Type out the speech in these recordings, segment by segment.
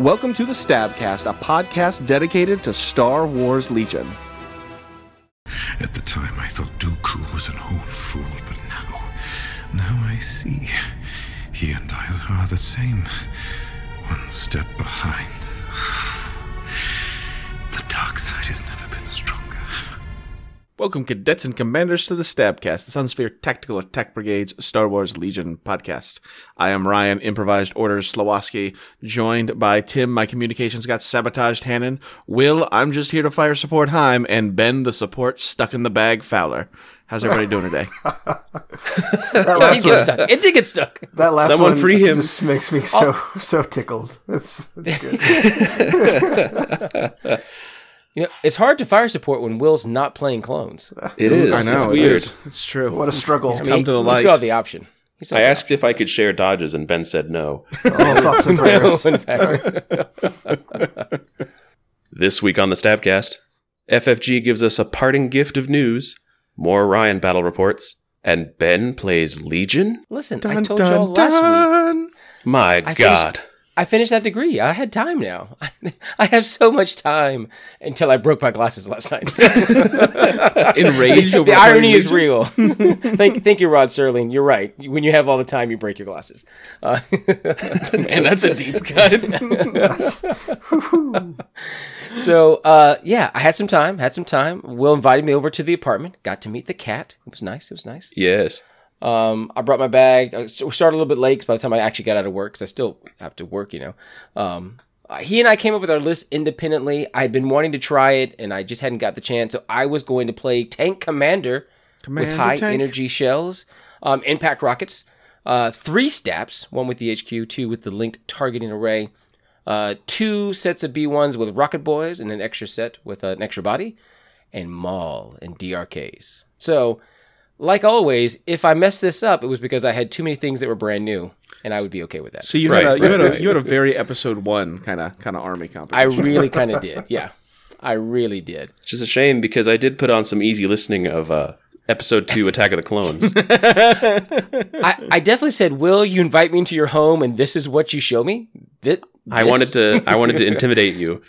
Welcome to the Stabcast, a podcast dedicated to Star Wars Legion. At the time, I thought Dooku was an old fool, but now, now I see. He and I are the same. One step behind. The dark side has never been stronger. Welcome, cadets and commanders, to the Stabcast, the Sunsphere Tactical Attack Brigade's Star Wars Legion podcast. I am Ryan, Improvised Orders Slowoski, joined by Tim, my communications got sabotaged Hannon, Will, I'm just here to fire support Heim, and Ben, the support stuck in the bag Fowler. How's everybody doing today? That It did last get one, stuck. It did get stuck. that last Someone one free him. just makes me so so tickled. That's, that's good. You know, it's hard to fire support when Will's not playing clones. It is. I know, It's it weird. is. It's true. What a struggle! I mean, Come to the he light. still had the option. He still I had the asked if I could share dodges, and Ben said no. All thoughts and prayers. option. In fact, This week on the Stabcast, FFG gives us a parting gift of news, more Ryan battle reports, and Ben plays Legion? listen, I Dun, told dun, y'all last week. dun. My finished- God. I finished that degree. I had time now. I have so much time until I broke my glasses last night. Enraged over the irony is Legion? real. thank, thank you, Rod Serling. You're right. When you have all the time, you break your glasses. Uh, Man, that's a deep cut. So uh, yeah, I had some time. Had some time. Will invited me over to the apartment. Got to meet the cat. It was nice. It was nice. Yes. Um, I brought my bag. I s- started a little bit late 'cause by the time I actually got out of work, because I still have to work, you know. Um, uh, he and I came up with our list independently. I had been wanting to try it, and I just hadn't got the chance. So I was going to play Tank Commander, Commander with high Tank. energy shells, um, impact rockets, uh, three staps, one with the HQ, two with the linked targeting array, uh, two sets of B1s with rocket boys, and an extra set with uh, an extra body, and Maul and DRKs. So like always, if I messed this up, it was because I had too many things that were brand new, and I would be okay with that. So you Right, had a, you right, had a right. you had a very episode one kind of kind of army I competition. really kind of did. Yeah, I really did. Which is a shame because I did put on some easy listening of uh, episode two Attack of the Clones. I, I definitely said, "Will you invite me into your home?" And this is what you show me. That I wanted to I wanted to intimidate you.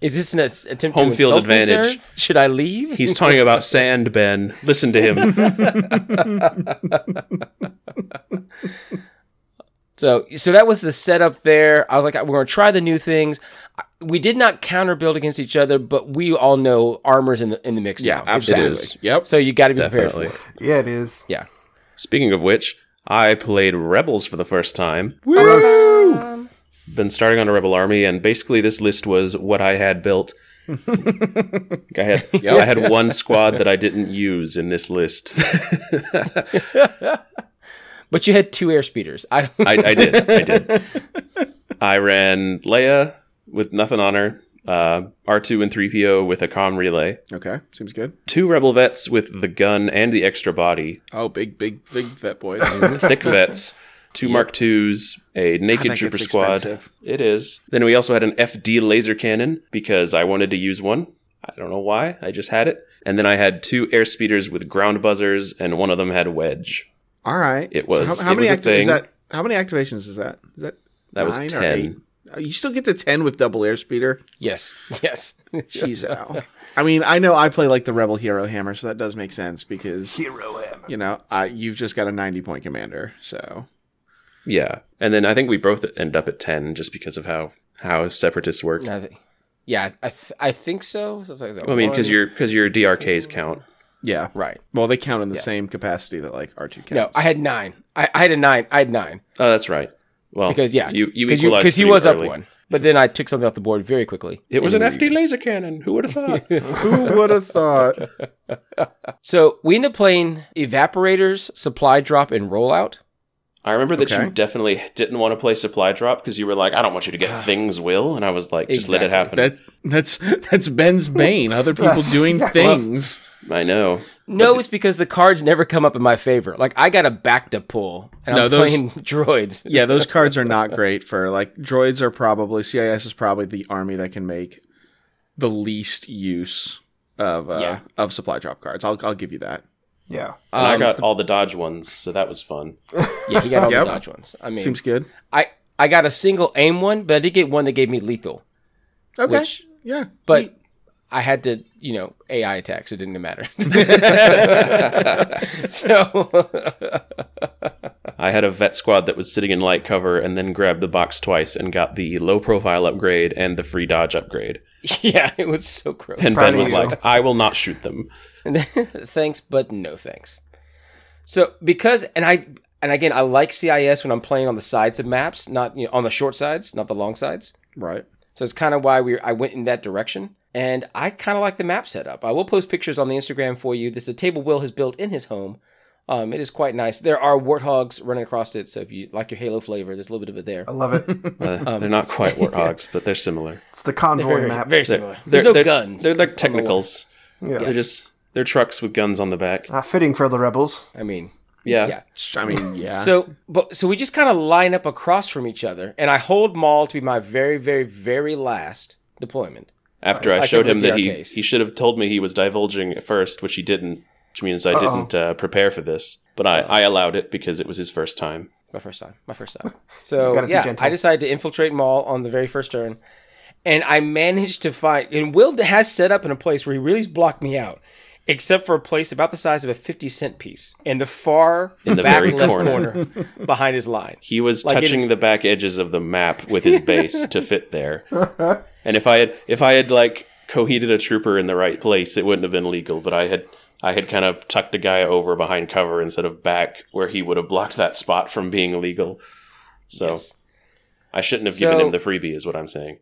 Is this an ass- attempt Home to field insult me, advantage. sir? Should I leave? He's talking about sand, Ben. Listen to him. So, so that was the setup there. I was like, we're going to try the new things. I- We did not counter build against each other, but we all know armor's in the in the mix yeah, now. absolutely. It is. Yep. So you got to be Definitely. prepared for it. Yeah, it is. Yeah. Speaking of which, I played Rebels for the first time. been starting on a rebel army, and basically this list was what I had built. I had I had one squad that I didn't use in this list. But you had two air speeders. I don't, I, I did, I did. I ran Leia with nothing on her, uh, R two and three PO with a com relay, okay, seems good. two rebel vets with the gun and the extra body, Oh, big, big, big vet boy. thick vets, two Mark twos, a naked that trooper gets squad. expensive. It is. Then we also had an FD laser cannon because I wanted to use one. I don't know why. I just had it. And then I had two air speeders with ground buzzers, and one of them had wedge. All right. It So was- how, how it many was a acti- is thing. that? How many activations is that? Is that That was nine or 10. eight? Uh, You still get to ten with double air speeder. yes, yes. Jeez, ow. I mean, I know I play like the rebel hero hammer, so that does make sense because Hero hammer. you know I, you've just got a ninety point commander. So Yeah. And then I think we both end up at 10 just because of how, how separatists work. I think- yeah, I th- I think so. So it's like- I one, mean, because your, cause your DRKs count. yeah, right. well, they count in the same capacity that like R two counts. No, I had nine. I, I had a nine. I had nine Oh, that's right. Well, because yeah, you, you because equalized he pretty was early. up one, but then I took something off the board very quickly. It was an And FD laser cannon. Who would have thought? Who would have thought? So we end up playing evaporators, supply drop, and rollout. I remember that Okay. you definitely didn't want to play supply drop because you were like, I don't want you to get things will. And I was like, just let it happen. That that's that's Ben's bane. Other people That's- doing things. I know. No, it's because the cards never come up in my favor. Like I got a back to pull, and No, I'm those- playing droids. yeah, those cards are not great for like droids are probably CIS is probably the army that can make the least use of uh, Yeah. of supply drop cards. I'll I'll give you that. Yeah. And um, I got all the dodge ones, so that was fun. Yeah, he got all Yep. the dodge ones. I mean, Seems good. I I got a single aim one, but I did get one that gave me lethal. Okay. Which- yeah. But I had to, you know, AI attack, so it didn't matter. so I had a vet squad that was sitting in light cover and then grabbed the box twice and got the low profile upgrade and the free dodge upgrade. yeah, it was so gross. And Proud Ben of was you. like, I will not shoot them. thanks, but no thanks. So because and I and again I like CIS when I'm playing on the sides of maps, not you know, on the short sides, not the long sides. right. So it's kind of why we I went in that direction. And I kind of like the map setup. I will post pictures on the Instagram for you. This is a table Will has built in his home. Um, it is quite nice. There are warthogs running across it, so if you like your Halo flavor, there's a little bit of it there. I love it. Uh, Um, they're not quite warthogs, but they're similar. It's the convoy Very, map. very They're, similar. they're- There's no they're- guns. They're on like the wall. technicals. yeah. They're just they're trucks with guns on the back. Not fitting for the rebels. I mean, Yeah. yeah. I mean, yeah. So, but so we just kind of line up across from each other, and I hold Maul to be my very, very, very last deployment. After I, I showed showed him the that he DRKs. he should have told me he was divulging at first, which he didn't, which means I didn't uh, prepare for this. But I, I allowed it because it was his first time. My first time. My first time. gotta So be yeah, gentle. I decided to infiltrate Maul on the very first turn, and I managed to find. And Will has set up in a place where he really blocked me out, except for a place about the size of a fifty cent piece in the far In the back very left corner. corner. behind his line. He was Like it- touching the back edges of the map with his base to fit there. And if I had if I had like coheted a trooper in the right place, it wouldn't have been legal. But I had I had kind of tucked a guy over behind cover instead of back where he would have blocked that spot from being legal. So Yes. I shouldn't have given So- him the freebie, is what I'm saying.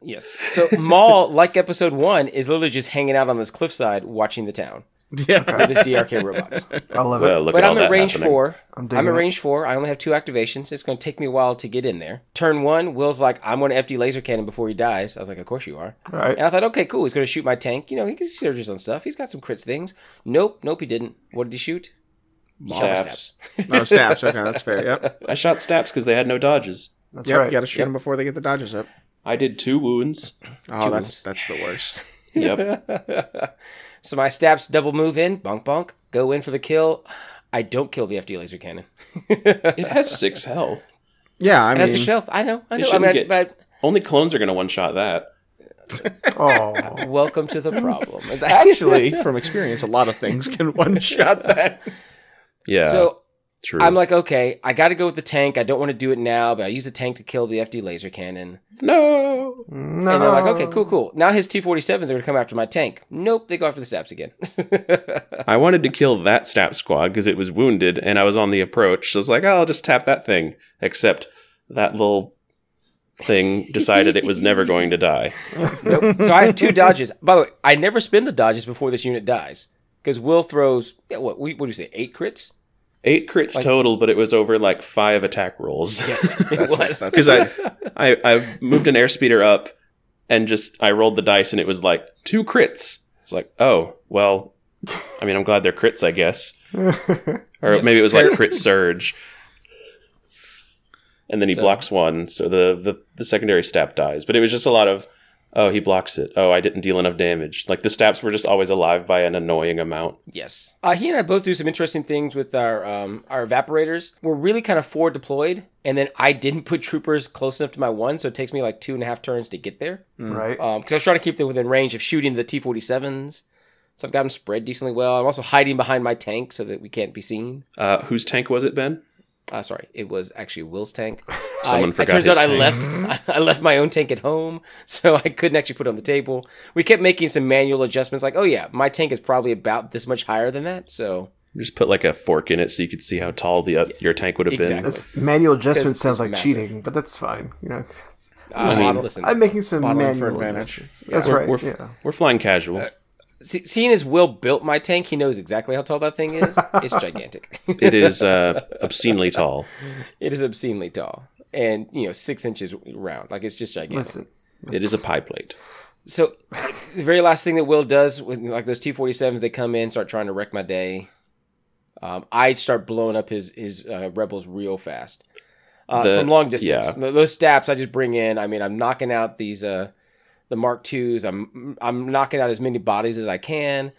Yes. So Maul, like episode one, is literally just hanging out on this cliffside watching the town yeah. with his DRK robots. I love Well, it. look But at all I'm that at range happening. four. I'm I'm, digging at it. range four. I only have two activations. It's going to take me a while to get in there. Turn one, Will's like, I'm going to FD laser cannon before he dies. I was like, Of course you are. All right. And I thought, okay, cool. He's going to shoot my tank. You know, he can surges on stuff. He's got some crits things. Nope, nope, he didn't. What did he shoot? He shot my Stabs. No snaps. Okay, that's fair. Yep. I shot stabs because they had no dodges. That's Yep. right. You got to shoot them before they get the dodges up. I did two wounds. Oh, that's that's the worst. Yep. So my stabs double move in, bonk bonk, go in for the kill. I don't kill the FD laser cannon. it has six health. Yeah, I That's mean, itself. I know. I know. I shouldn't mean, I- get- but Only clones are going to one shot that. Oh, I- welcome to the problem. It's actually, from experience, a lot of things can one shot that. Yeah. so true. I'm like, okay, I got to go with the tank. I don't want to do it now, but I use the tank to kill the FD laser cannon. no. no. And they're like, okay, cool, cool. Now his T-47s are going to come after my tank. Nope, they go after the stabs again. I wanted to kill that stab squad because it was wounded and I was on the approach. So I was like, oh, I'll just tap that thing. Except that little thing decided it was never going to die. Nope. So I have two dodges. By the way, I never spend the dodges before this unit dies because Will throws yeah, what we what do you say eight crits? Eight crits total, but it was over like five attack rolls. Yes, it was. because I, I I moved an airspeeder up and just I rolled the dice and it was like two crits. It's like oh well, I mean I'm glad they're crits I guess, or maybe it was like crit surge. And then he blocks one, so the, the the secondary stab dies. But it was just a lot of oh he blocks it. Oh I didn't deal enough damage. Like the stabs were just always alive by an annoying amount. Yes. Uh, he and I both do some interesting things with our um, our evaporators. We're really kind of forward deployed, and then I didn't put troopers close enough to my one, so it takes me like two and a half turns to get there. Right. because Um, I was trying to keep them within range of shooting the T forty sevens. So I've got them spread decently well. I'm also hiding behind my tank so that we can't be seen. Uh, whose tank was it, Ben? Uh, sorry, it was actually Will's tank. Someone I, forgot It turns his out I tank. left. I left my own tank at home, so I couldn't actually put it on the table. We kept making some manual adjustments, like, oh yeah, my tank is probably about this much higher than that. So Just put like a fork in it so you could see how tall the uh, your tank would have been. Exactly. This manual adjustment It's- sounds it's like massive. cheating, but that's fine. You know, uh, mean- model- listen, I'm making some Modeling for manual advantage. adjustments. That's We're, right. we're, yeah. we're flying casual. see, seeing as Will built my tank, he knows exactly how tall that thing is. it's gigantic. It is uh, obscenely tall. it is obscenely tall, and you know, six inches round. Like it's just gigantic. Listen, It is a pie plate. So the very last thing that Will does with like those T forty sevens, they come in, start trying to wreck my day. Um, I start blowing up his his uh, rebels real fast uh, The- from long distance. yeah. Th- Those stabs I just bring in. I mean, I'm knocking out these uh, the Mark twos. I'm I'm knocking out as many bodies as I can.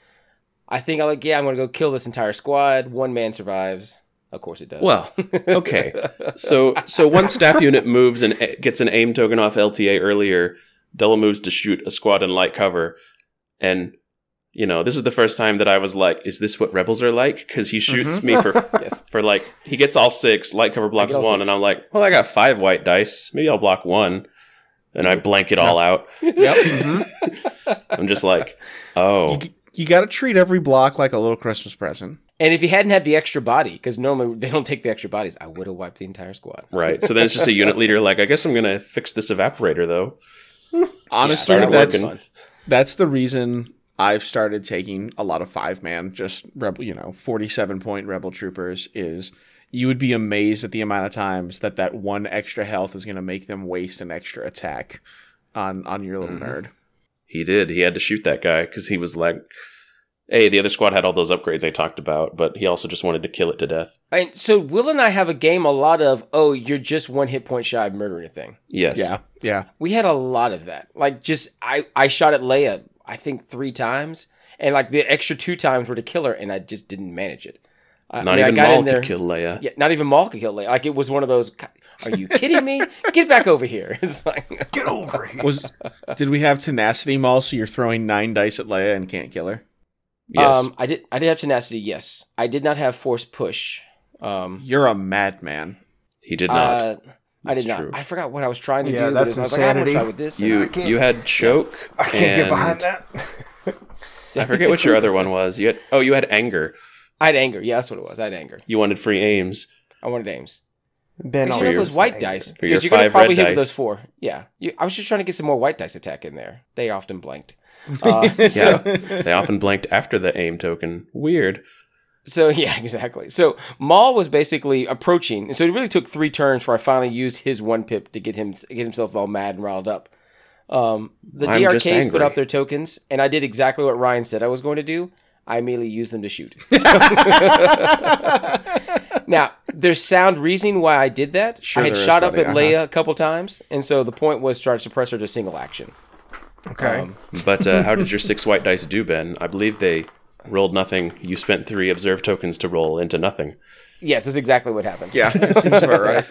I think I like yeah, I'm gonna go kill this entire squad. One man survives. Of course it does. Well, okay. so so one stat unit moves and a- gets an aim token off LTA earlier. Della moves to shoot a squad in light cover, and you know this is the first time that I was like, "Is this what rebels are like?" Because he shoots Mm-hmm. me for for like he gets all six light cover blocks all one, six. and I'm like, "Well, I got five white dice. Maybe I'll block one." And I blank it all out. I'm just like, oh, You, you got to treat every block like a little Christmas present. and if you hadn't had the extra body, because normally they don't take the extra bodies, I would have wiped the entire squad. right. So then it's just a unit leader. Like, I guess I'm gonna fix this evaporator though. Honestly, started that's working. that's the reason I've started taking a lot of five man, just rebel, you know, forty seven point rebel troopers. Is you would be amazed at the amount of times that that one extra health is going to make them waste an extra attack on on your Mm-hmm. little nerd. He did. He had to shoot that guy because he was like, "Hey, the other squad had all those upgrades I talked about, but he also just wanted to kill it to death." And so Will and I have a game a lot of, oh, you're just one hit point shy of murdering a thing. Yes. Yeah, yeah. We had a lot of that. Like just I I shot at Leia I think 3 times and like the extra 2 times were to kill her and I just didn't manage it. I, I Not mean, I even got in Maul there- could kill Leia. Yeah, not even Maul could kill Leia. Like it was one of those "God, are you kidding me? Get back over here. It's like Get over here. Was did we have tenacity mall? So you're throwing nine dice at Leia and can't kill her. Yes. um I did I did have tenacity, yes. I did not have force push. Um You're a madman. he did not. uh, I That's did not. true. I forgot what I was trying to Yeah, do. that's but it was- I was like, I'm gonna insanity. try with this. and you can't- you had choke. I can't get and- behind that. I forget what your other one was. You had oh, you had anger. I had anger. Yeah, that's what it was. I had anger. You wanted free aims. I wanted aims. Ben Because you always know those was white the dice. For your Because you're gonna five probably red hit with dice. those four. Yeah, you, I was just trying to get some more white dice attack in there. They often blanked. Uh, Yeah. so, they often blanked after the aim token. Weird. so yeah, exactly. So Maul was basically approaching, and so it really took three turns for I finally used his one pip to get him get himself all mad and riled up. Um, the I'm just DRKs put angry. out their tokens, and I did exactly what Ryan said I was going to do. I immediately used them to shoot. Now, there's sound reasoning why I did that. Sure I had there is, shot up buddy. Uh-huh. at Leia a couple times, and so the point was to try to suppress her to single action. Okay. But uh, how did your six white dice do, Ben? I believe they rolled nothing. You spent three observe tokens to roll into nothing. Yes, that's exactly what happened. Yeah, that seems about right.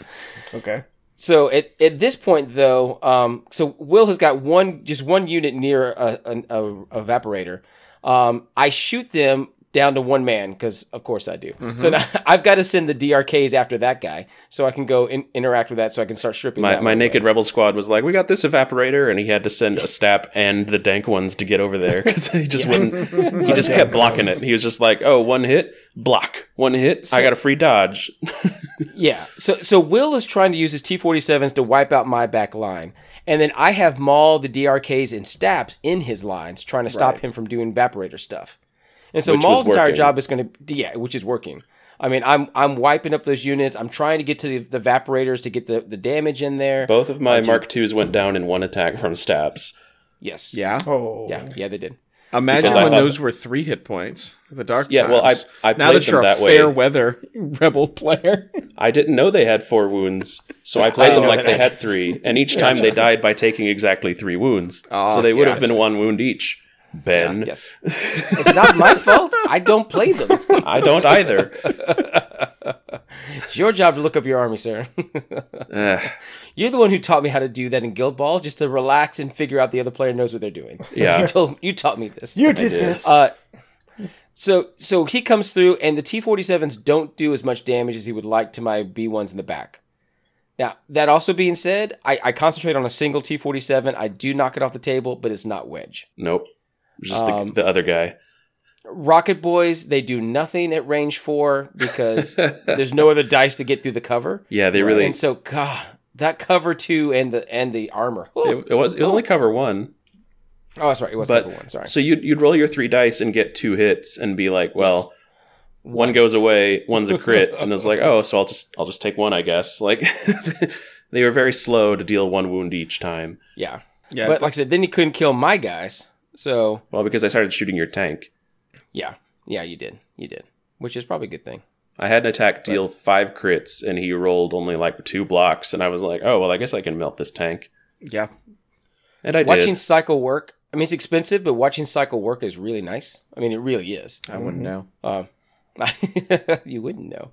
okay. So at, at this point, though, um, so Will has got one, just one unit near a, an a evaporator. Um, I shoot them down to one man because, of course, I do. Mm-hmm. So now I've got to send the DRKs after that guy so I can go in, interact with that so I can start stripping. My, that my one naked away. rebel squad was like, we got this evaporator, and he had to send a stab and the dank ones to get over there because he just wouldn't. He just kept blocking it. He was just like, oh, one hit, block, one hit, I got a free dodge. Yeah. So so Will is trying to use his T-47s to wipe out my back line. And then I have Maul, the DRKs, and Staps in his lines trying to stop him from doing evaporator stuff. And so Which was Maul's entire working. job is going to yeah, which is working. I mean, I'm I'm wiping up those units. I'm trying to get to the, the evaporators to get the, the damage in there. Both of my Mark Twos went down in one attack from stabs. Yes. Yeah. Oh. Yeah. Yeah. They did. Imagine Because I when thought- those were three hit points. The dark. Yeah, well, I- times. I now played that you're them a that way. fair weather rebel player. I didn't know they had four wounds, so I played them like they had three, and each time they died by taking exactly three wounds. Ah, so they would yes, have been one wound each. Ben, Yes. it's not my fault. I don't play them. I don't either. It's your job to look up your army, sir. Ugh. You're the one who taught me how to do that in Guild Ball, just to relax and figure out the other player knows what they're doing. Yeah. you told you taught me this. You did this. Uh, so so he comes through, and the T-47s don't do as much damage as he would like to my B1s in the back. Now that also being said, I, I concentrate on a single T-47. I do knock it off the table, but it's not wedge. Nope. Just Um, the, the other guy. Rocket boys, they do nothing at range four because there's no other dice to get through the cover. Yeah, they really. And so, God, that cover two and the and the armor. It, it was it was only cover one, Oh, that's right. It was but cover one. Sorry. so you'd you'd roll your three dice and get two hits and be like, well, one goes away, one's a crit, and it's like, oh, so I'll just I'll just take one, I guess. Like they were very slow to deal one wound each time. Yeah. Yeah, But like I said, then he couldn't kill my guys. So Well, because I started shooting your tank, yeah, yeah, you did, you did, which is probably a good thing. I had an attack deal five crits, and he rolled only like two blocks, and I was like, oh well, I guess I can melt this tank, yeah. and I watching did. cycle work. I mean, it's expensive, but watching cycle work is really Mm-hmm. nice. I mean, it really is. I wouldn't know. Uh, you wouldn't know.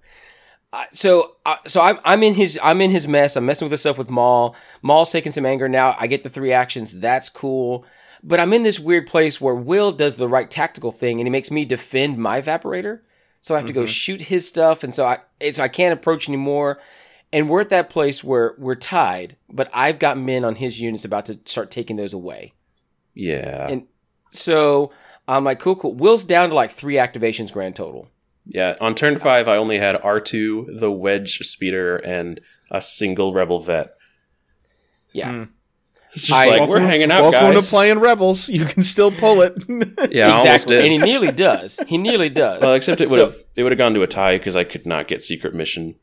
I- so I so I'm I'm in his I'm in his mess. I'm messing with this stuff with Maul. Maul's taking some anger now. I get the three actions. That's cool. But I'm in this weird place where Will does the right tactical thing and he makes me defend my evaporator. So I have to go shoot his stuff, and so I and so I can't approach anymore. And we're at that place where we're tied, but I've got men on his units about to start taking those away. Yeah. And- So I'm like, cool, cool. Will's down to like three activations grand total. yeah. On turn five, I only had R2, the Wedge Speeder, and a single Rebel vet. Yeah. Hmm. It's just I- like, Welcome- we're hanging out, welcome guys. to playing Rebels. You can still pull it. yeah, I almost exactly. did. And he nearly does. He nearly does. well, except it So- would have it would have gone to a tie because I could not get secret mission.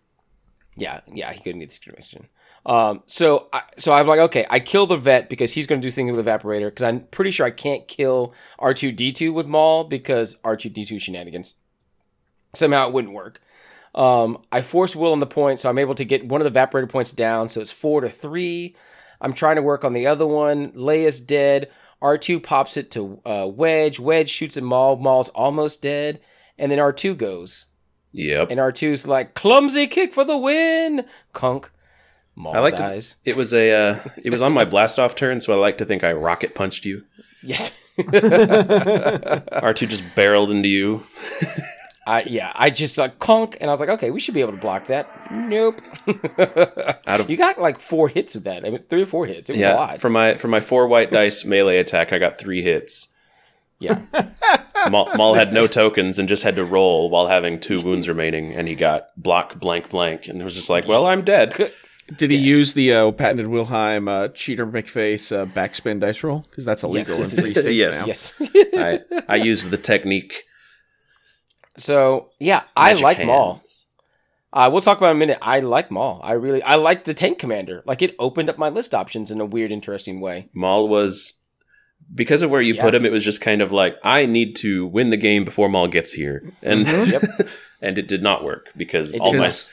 Yeah, yeah, he couldn't get the conviction. Um, so I, so I'm like, okay, I kill the vet because he's going to do things with evaporator because I'm pretty sure I can't kill R2D2 with Maul because R2D2 shenanigans. Somehow it wouldn't work. Um, I force Will on the point, so I'm able to get one of the evaporator points down. So it's four to three. I'm trying to work on the other one. Leia's dead. R2 pops it to uh, Wedge. Wedge shoots at Maul. Maul's almost dead, and then R2 goes. Yep. And R2's like, clumsy kick for the win! Conk. Maul I like to- dies. It was a uh, it was on my blast off turn, so I like to think I rocket punched you. Yes. R2 just barreled into you. I, yeah, I just like, conk, and I was like, okay, we should be able to block that. Nope. Out of you got like four hits of that. I mean, three or four hits. It was a yeah, lot. for my for my four white dice melee attack, I got three hits. yeah. Maul, Maul had no tokens and just had to roll while having two wounds remaining, and he got block blank blank, and it was just like, well, I'm dead. Did he use the uh, patented Wilhelm uh, cheater McFace uh, backspin dice roll? Because that's illegal yes, in three states yes, now. Yes. I, I used the technique. so, yeah, I Magic like hands. Maul. Uh, we'll talk about it in a minute. I like Maul. I really, I like the tank commander. Like, it opened up my list options in a weird, interesting way. Maul was because of where you Yeah. put him. It was just kind of like I need to win the game before Maul gets here, and Mm-hmm. Yep. and it did not work because It all my Because-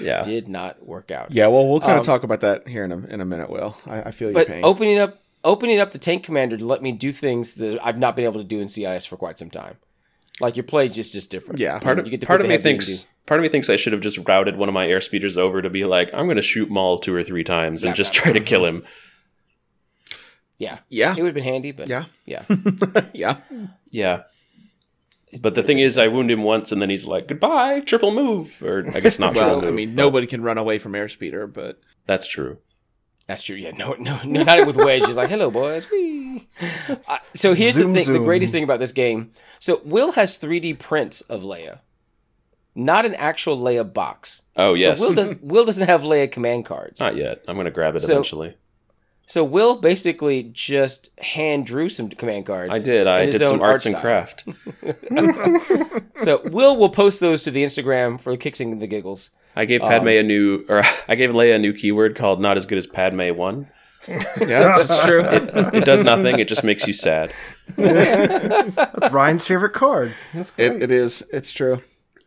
yeah Did not work out. yeah, well, we'll kind of Um, talk about that here in a, in a minute, Will. I, I feel your but pain. opening up opening up the tank commander to let me do things that I've not been able to do in CIS for quite some time. Like your play just just different. Yeah. part of You get to part put the of me heavy and thinks part of me thinks I should have just routed one of my air speeders over to be like I'm going to shoot Maul two or three times and Yeah, just yeah. try to kill him. Yeah, yeah, it would have been handy, but Yeah. yeah, yeah. Yeah. But the thing is, I wound him once, and then he's like, "Goodbye, triple move," or I guess not triple Well, move. I mean, nobody can run away from airspeeder, but That's true. that's true. Yeah, no, no, no not with Wedge. He's like, "Hello, boys." Whee. Uh, so here's Zoom, the thing: the zoom. greatest thing about this game. So Will has 3D prints of Leia, not an actual Leia box. Oh yes, So Will does Will doesn't have Leia command cards. not yet. I'm going to grab it So- eventually. So Will basically just hand drew some command cards. I did. I in his did some own art arts and style. craft. So Will will post those to the Instagram for the kicks and the giggles. I gave Um, Padme a new, or I gave Leia a new keyword called "not as good as Padme one." yeah, that's true. It does nothing. it just makes you sad. That's Ryan's favorite card. That's great. it, it is. It's true.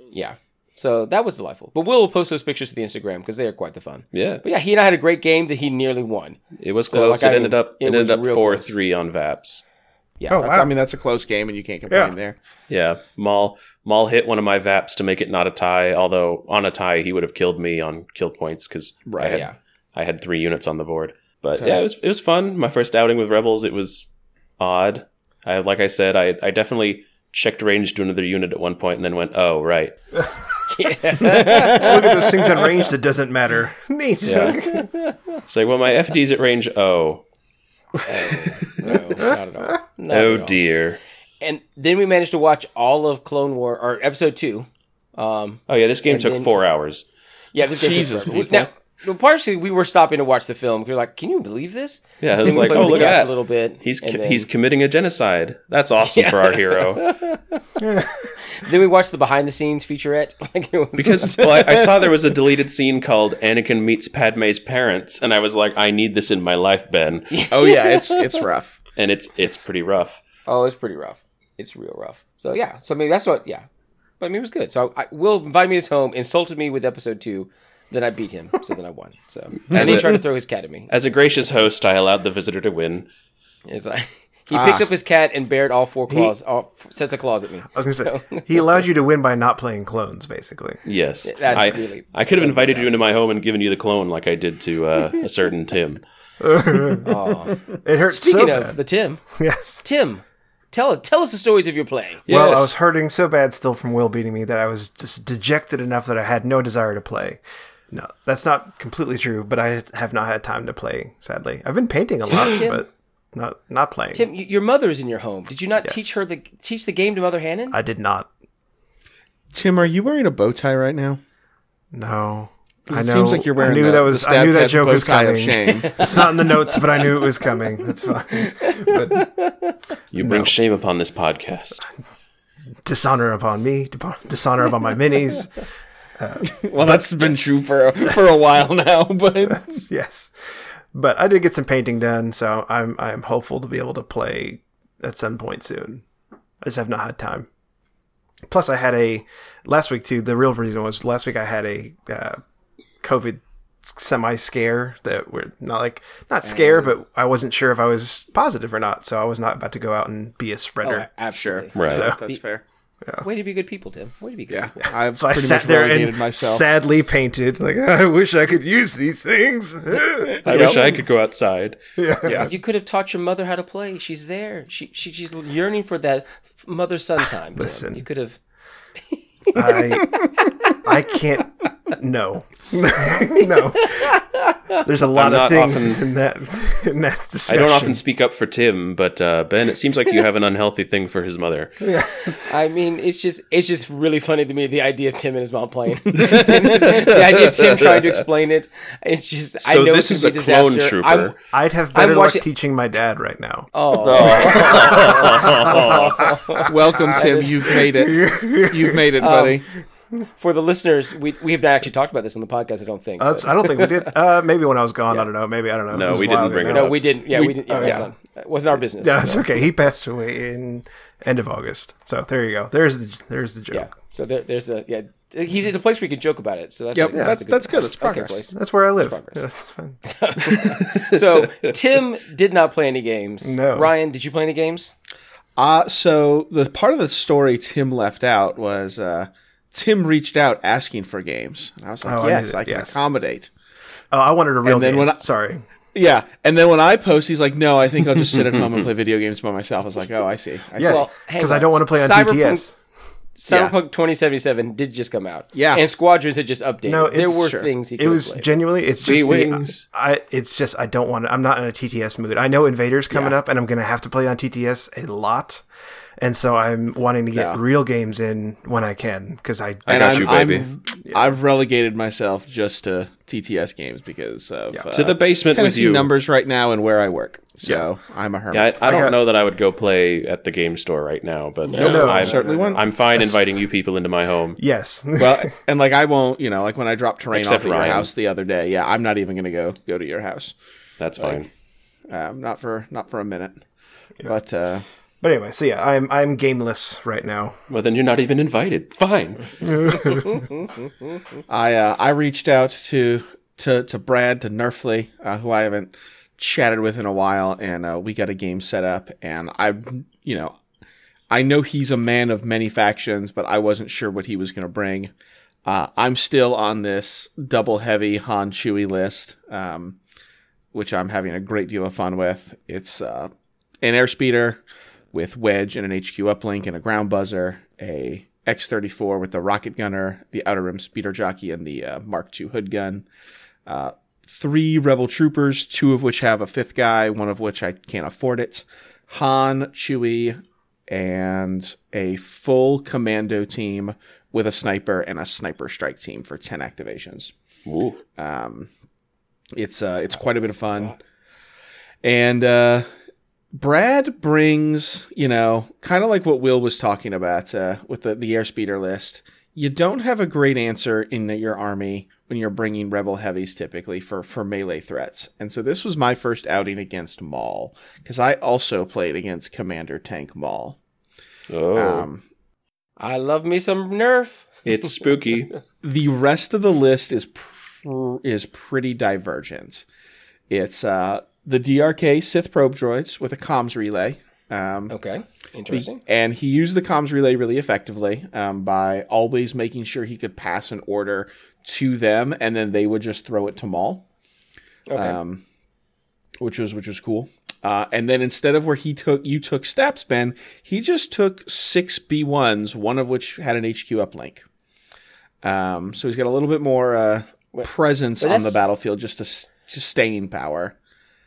Yeah. So that was delightful. But Will will post those pictures to the Instagram because they are quite the fun. Yeah, But yeah, he and I had a great game that he nearly won. it was So, close. like, I it ended mean, up. it It, was ended up real four close. three on Vaps. Yeah. oh That's, I wow! mean, that's a close game, and you can't complain Yeah. there. Yeah, Maul Maul hit one of my Vaps to make it not a tie. Although on a tie, he would have killed me on kill points because I Right, had yeah. I had three units on the board. But So- yeah, it was it was fun. My first outing with Rebels, it was odd. I like I said, I I definitely checked range to another unit at one point and then went, oh right, Look at those things on range that doesn't matter. Neat. yeah. it's like well, my FD's at range oh No, not at all. Not oh at all. dear. And then we managed to watch all of Clone War or episode two. Um, Oh yeah, this game took then- four hours. yeah, this game took Jesus, forever. We- people. Now, well, partially we were stopping to watch the film. We were like, "Can you believe this?" Yeah, I was We like, played oh with look the cast at a that. little bit. He's and co- then- he's committing a genocide. That's awesome for our hero Then we watched the behind the scenes featurette. Like it was because well, I, I saw there was a deleted scene called Anakin meets Padme's parents, and I was like, I need this in my life, Ben. Oh yeah, it's it's rough. And it's it's pretty rough. Oh, it's pretty rough. It's real rough. So yeah. So I mean, that's what. Yeah. But I mean, it was good. So I, Will invited me to his home, insulted me with episode two. Then I beat him. So then I won. So and he it- tried to throw his cat at me. As a gracious host, I allowed the visitor to win. It's like He picked up his cat and bared all four claws, all f- sets of claws at me. I was gonna say he allowed you to win by not playing clones, basically. Yes, that's I, really- I could have invited you into my home and given you the clone like I did to uh, a certain Tim. It hurts Speaking so of bad. the Tim, yes. Tim, tell us tell us the stories of your play. Well, Yes. I was hurting so bad still from Will beating me that I was just dejected enough that I had no desire to play. No, that's not completely true, but I have not had time to play. Sadly, I've been painting a lot, Tim. but not not playing. Tim, y- your mother is in your home. Did you not Yes. teach her the teach the game to Mother Hannon? I did not. Tim, are you wearing a bow tie right now? No, 'Cause I It know. seems like you're wearing. I knew the, that was. the I knew that Stabcast joke bow was tie of coming. shame. It's not in the notes, but I knew it was coming. That's fine. But You bring shame upon this podcast. dishonor upon me, dep- dishonor upon my minis. well, that's been true for a, for a while now, but Yes, but I did get some painting done, so I'm I'm hopeful to be able to play at some point soon. I just have not had time. Plus, I had a last week too. The real reason was last week I had a uh, COVID semi scare that we're not like not scare, Mm. but I wasn't sure if I was positive or not, so I was not about to go out and be a spreader. Oh, Absolutely. Right. that's fair. Way to be good people, Tim. Way to be good. Yeah, people. I've So I pretty sat much there relegated and myself. sadly painted. Like I wish I could use these things. I wish I could go outside. You could have taught your mother how to play. She's there. She, she she's yearning for that mother son time. Tim. Listen. you could have. I, I can't. No, no. There's a lot I'm of not things often- in that in that I discussion. don't often speak up for Tim, but uh, Ben, it seems like you have an unhealthy thing for his mother. I mean, it's just it's just really funny to me the idea of Tim and his mom playing. the idea of Tim trying to explain it. It's just I So know this it's is gonna a be clone disaster. trooper. I'm- I'd have better luck watching- teaching my dad right now. Oh. Welcome, Tim. You've made it. You've made it, Um, buddy. for the listeners, we we have not actually talked about this on the podcast. I don't think. That's- I don't think we did. Uh, maybe when I was gone. I don't know. Maybe I don't know. No, It was we a while didn't bring ago it now. no, we didn't. Yeah, we, we- didn't. Yeah, oh, it's yeah. not- It wasn't our business. No, so. it's okay. He passed away in end of August. So there you go. There's the there's the joke. Yeah. So there, there's the yeah. He's at the place where you can joke about it. So that's Yep, like- that's- that's good. That's okay, progress. place. That's where I live. That's fine. So Tim did not play any games. No. Ryan, did you play any games? Uh, so the part of the story Tim left out was uh, Tim reached out asking for games. And I was like, Oh, I yes, knew I, that, can yes. accommodate. Oh, I wanted a real And then game. when I- Sorry. Yeah. And then when I post, he's like, no, I think I'll just sit at home and play video games by myself. I was like, oh, I see. I see. Yes, Well, hang because I on. don't want to play on Cyberpunk- TTS. Cyberpunk 2077 did just come out. Yeah. And Squadrons had just updated. No, there it's- were sure. things he could It was play. genuinely. It's just wings. The, I. It's just I don't want. to I'm not in a TTS mood. I know Invaders coming up, and I'm gonna have to play on TTS a lot, and so I'm wanting to get Yeah. real games in when I can because I. I got you, baby. i have relegated myself just to TTS games because of uh, to the basement with Tennessee you. numbers right now and where I work. So I'm a hermit. Yeah, I, I don't got- know that I would go play at the game store right now, but uh, no, I'm, certainly wouldn't. I'm fine inviting you people into my home. yes. well, and like I won't, you know, like when I dropped terrain Except off at Ryan. your house the other day. Yeah, I'm not even gonna go go to your house. That's fine. Um, not for not for a minute. But uh, but anyway, so yeah, I'm I'm gameless right now. Well, then you're not even invited. Fine. I uh, I reached out to to to Brad to Nerfly, uh, who I haven't chatted with in a while, and uh, we got a game set up. And I, you know, I know he's a man of many factions, but I wasn't sure what he was going to bring. Uh, I'm still on this double heavy Han Chewy list, um, which I'm having a great deal of fun with. It's uh, an airspeeder with wedge and an HQ uplink and a ground buzzer, a X34 with the rocket gunner, the outer rim speeder jockey, and the uh, Mark II hood gun. Uh, three rebel troopers, two of which have a fifth guy, one of which I can't afford it. Han, Chewie, and a full commando team with a sniper and a sniper strike team for ten activations. Ooh. Um, it's uh, it's quite a bit of fun, and uh, Brad brings you know kind of like what Will was talking about uh, with the the airspeeder list. You don't have a great answer in your army when you're bringing rebel heavies typically for for melee threats, and so this was my first outing against Maul because I also played against Commander Tank Maul. Oh, Um, I love me some Nerf. it's spooky. the rest of the list is pr- is pretty divergent. It's uh, the DRK Sith probe droids with a comms relay, Um, Okay. Interesting. and he used the comms relay really effectively um, by always making sure he could pass an order to them, and then they would just throw it to Maul, Okay. uh, Um, which was which was cool. Uh, and then instead of where he took you took steps, Ben, he just took six B ones, one of which had an HQ uplink. Um, so he's got a little bit more uh, presence but on the that's- battlefield, just to s- just staying power.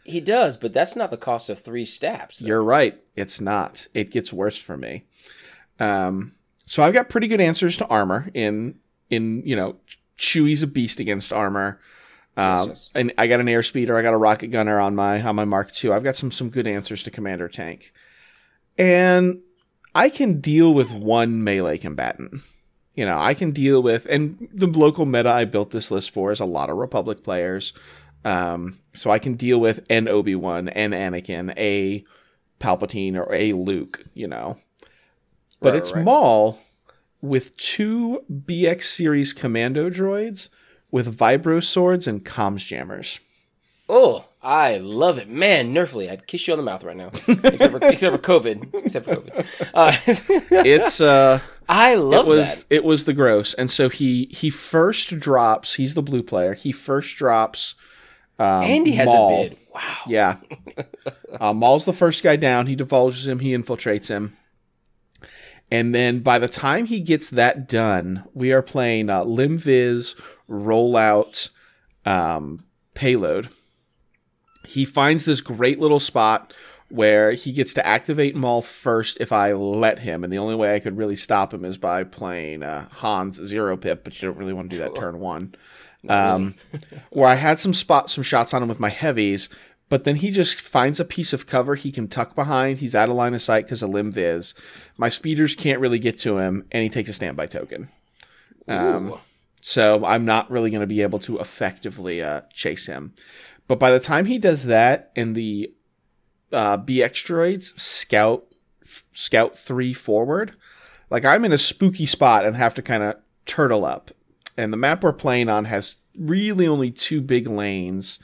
he does, but that's not the cost of three steps. though. You're right. It's not. It gets worse for me. Um, so I've got pretty good answers to armor in in you know Chewie's a beast against armor. Um, Yes, yes. And I got an airspeeder. I got a rocket gunner on my on my Mark II. I've got some some good answers to Commander Tank, and I can deal with one melee combatant. You know, I can deal with and the local meta I built this list for is a lot of Republic players. Um, so I can deal with an Obi Wan, an Anakin, a Palpatine, or a Luke. You know, but Right, it's right. Maul with two BX series commando droids with vibro swords and comms jammers. Oh, I love it, man. Nerfly, I'd kiss you on the mouth right now. except for except for COVID. Except for COVID. Uh, It's uh, I love it was that. it was the gross, and so he he first drops. He's the blue player. He first drops. Um, Andy has Maul. a bid. Wow. Yeah. uh, Maul's the first guy down. He divulges him. He infiltrates him. And then by the time he gets that done, we are playing uh, Lim Viz, Rollout, um, Payload. He finds this great little spot where he gets to activate Maul first if I let him. And the only way I could really stop him is by playing uh, Hans Zero Pip, but you don't really want to do that turn one um, where I had some spot some shots on him with my heavies, but then he just finds a piece of cover he can tuck behind. He's out of line of sight because of limb viz. My speeders can't really get to him, and he takes a standby token. Um, so I'm not really going to be able to effectively uh, chase him. But by the time he does that, and the uh, BX droids scout scout three forward, like I'm in a spooky spot and have to kind of turtle up. And the map we're playing on has really only two big lanes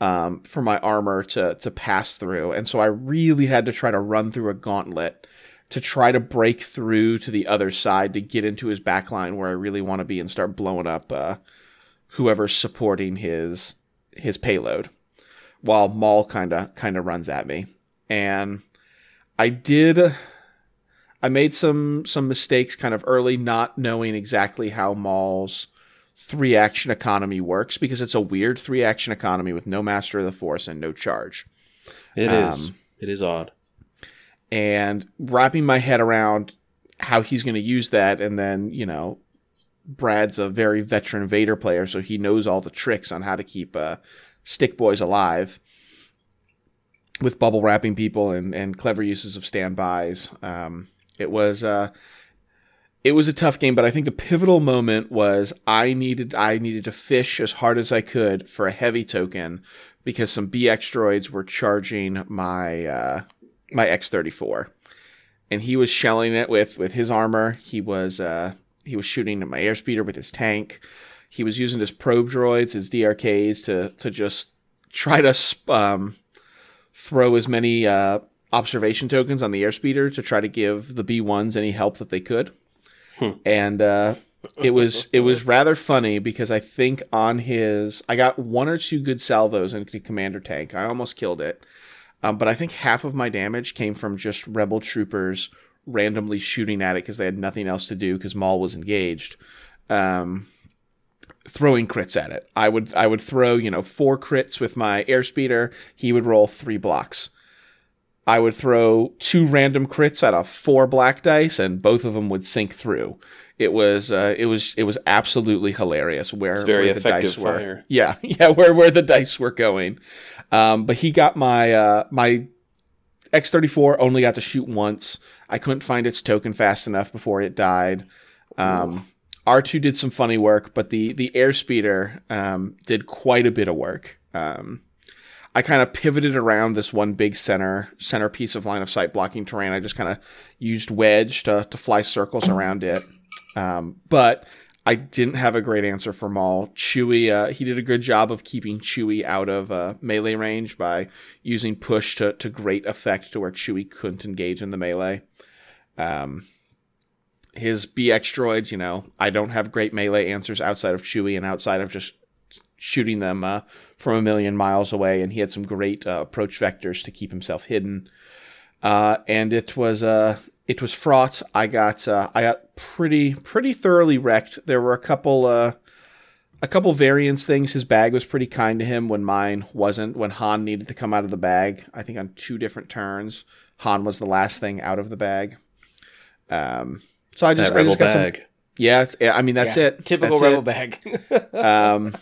um, for my armor to to pass through, and so I really had to try to run through a gauntlet to try to break through to the other side to get into his back line where I really want to be and start blowing up uh, whoever's supporting his his payload while Maul kind of kind of runs at me. And I did I made some some mistakes kind of early not knowing exactly how Maul's three action economy works because it's a weird three action economy with no master of the force and no charge. It is. Um, It is odd. And wrapping my head around how he's going to use that and then, you know, Brad's a very veteran Vader player so he knows all the tricks on how to keep uh, stick boys alive. with bubble wrapping people and, and clever uses of standbys. Um, it was uh, it was a tough game, but I think the pivotal moment was I needed I needed to fish as hard as I could for a heavy token because some BX droids were charging my uh, my X thirty four, and he was shelling it with with his armor. He was uh, he was shooting at my airspeeder with his tank. He was using his probe droids, his DRKs to to just try to sp- um, throw as many uh, observation tokens on the airspeeder to try to give the B ones any help that they could. And uh, it was it was rather funny because I think on his I got one or two good salvos into Commander Tank. I almost killed it, um, but I think half of my damage came from just Rebel troopers randomly shooting at it because they had nothing else to do because Maul was engaged. Um, throwing crits at it. I would I would throw, you know, four crits with my airspeeder. He would roll three blocks. I would throw two random crits at a four black dice and both of them would sink through. It was uh, it was it was absolutely hilarious where, very where the effective dice were. fire. Yeah, yeah, where where the dice were going. Um, but he got my uh, my X34 only got to shoot once. I couldn't find its token fast enough before it died. Um, R2 did some funny work, but the the airspeeder um, did quite a bit of work. Um, I kind of pivoted around this one big center centerpiece of line of sight blocking terrain. I just kind of used wedge to to fly circles around it. Um, but I didn't have a great answer for Maul. Chewie, uh, he did a good job of keeping Chewie out of uh, melee range by using push to, to great effect to where Chewie couldn't engage in the melee. Um, his BX droids, you know, I don't have great melee answers outside of Chewie and outside of just shooting them uh, from a million miles away. And he had some great uh, approach vectors to keep himself hidden. Uh, and it was uh, it was fraught. I got uh, I got pretty pretty thoroughly wrecked. There were a couple uh, a couple variance things. His bag was pretty kind to him when mine wasn't. When Han needed to come out of the bag, I think on two different turns, Han was the last thing out of the bag. Um, so I just that I rebel just got bag. some. Yeah, it's- yeah, I mean that's Yeah, it. Typical That's rebel it. bag. Um,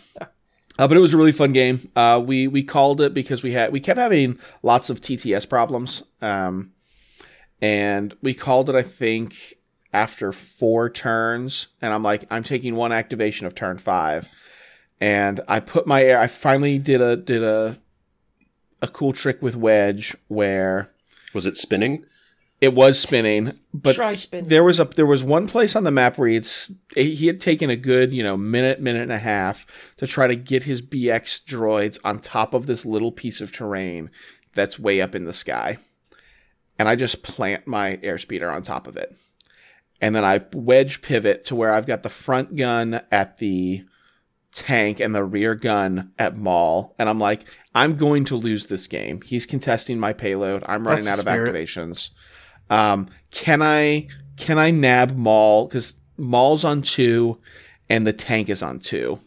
uh, but it was a really fun game. Uh, we we called it because we had we kept having lots of TTS problems, um, and we called it I think after four turns, and I'm like I'm taking one activation of turn five, and I put my air. I finally did a did a a cool trick with Wedge where Was it spinning? it was spinning, but Try spinning. there was a there was one place on the map where he had s- he had taken a good you know minute minute and a half to try to get his BX droids on top of this little piece of terrain that's way up in the sky, and I just plant my airspeeder on top of it, and then I wedge pivot to where I've got the front gun at the tank and the rear gun at Maul, and I'm like, I'm going to lose this game. He's contesting my payload. I'm running out That's of the spirit. activations. Um, can I can I nab Maul? Because Maul's on two, and the tank is on two.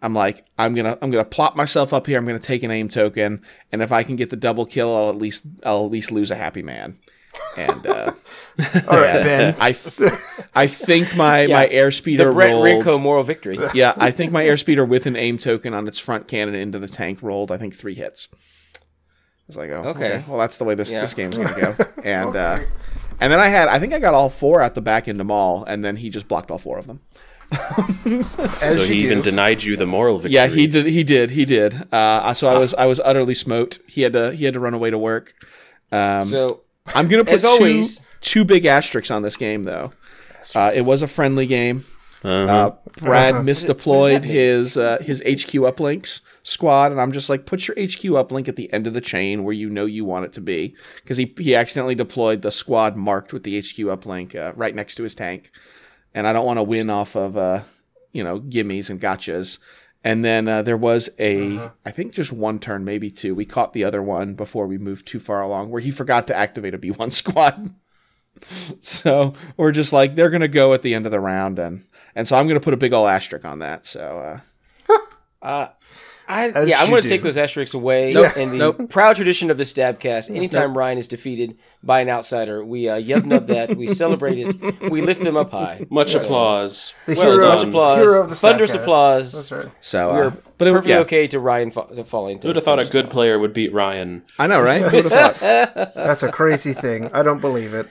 I'm like, I'm gonna I'm gonna plop myself up here. I'm gonna take an aim token, and if I can get the double kill, I'll at least I'll at least lose a happy man. And uh, All right, Ben. I, f- I think my my airspeeder the Brett rolled. Rinko moral victory. Yeah, I think my airspeeder with an aim token on its front cannon into the tank rolled. I think three hits. I was like, oh, okay. Okay. Well, that's the way this Yeah. this game's gonna go. And uh, and then I had, I think I got all four out the back into Maul, and then he just blocked all four of them. As so you he do. even denied you the moral victory. Yeah, he did. He did. He did. Uh, so I was I was utterly smote. He had to he had to run away to work. Um, So I'm gonna put As two, always- two big asterisks on this game though. Uh, it was a friendly game. Uh-huh. Uh, Brad misdeployed his uh, his HQ uplinks squad, and I'm just like, put your HQ uplink at the end of the chain where you know you want it to be, because he he accidentally deployed the squad marked with the HQ uplink uh, right next to his tank, and I don't want to win off of uh, you know gimmies and gotchas. And then uh, there was a, I Uh-huh. think just one turn, maybe two. We caught the other one before we moved too far along, where he forgot to activate a B1 squad. So we're just like they're gonna go at the end of the round, and and so I'm gonna put a big ol' asterisk on that. So uh, I, As yeah, I'm you going do. to take those asterisks away. Nope, In the nope. proud tradition of the Stabcast, anytime Ryan is defeated by an outsider, we uh, yevnub that, we celebrate it, we lift them up high. Much applause. The well hero- done. Much applause, Hero of the thunderous Statcast. applause. That's right. so We're uh, but it, perfectly yeah, okay to Ryan fa- falling. Who would have thought a good player would beat Ryan? I know, right? Who would've thought? That's a crazy thing. I don't believe it.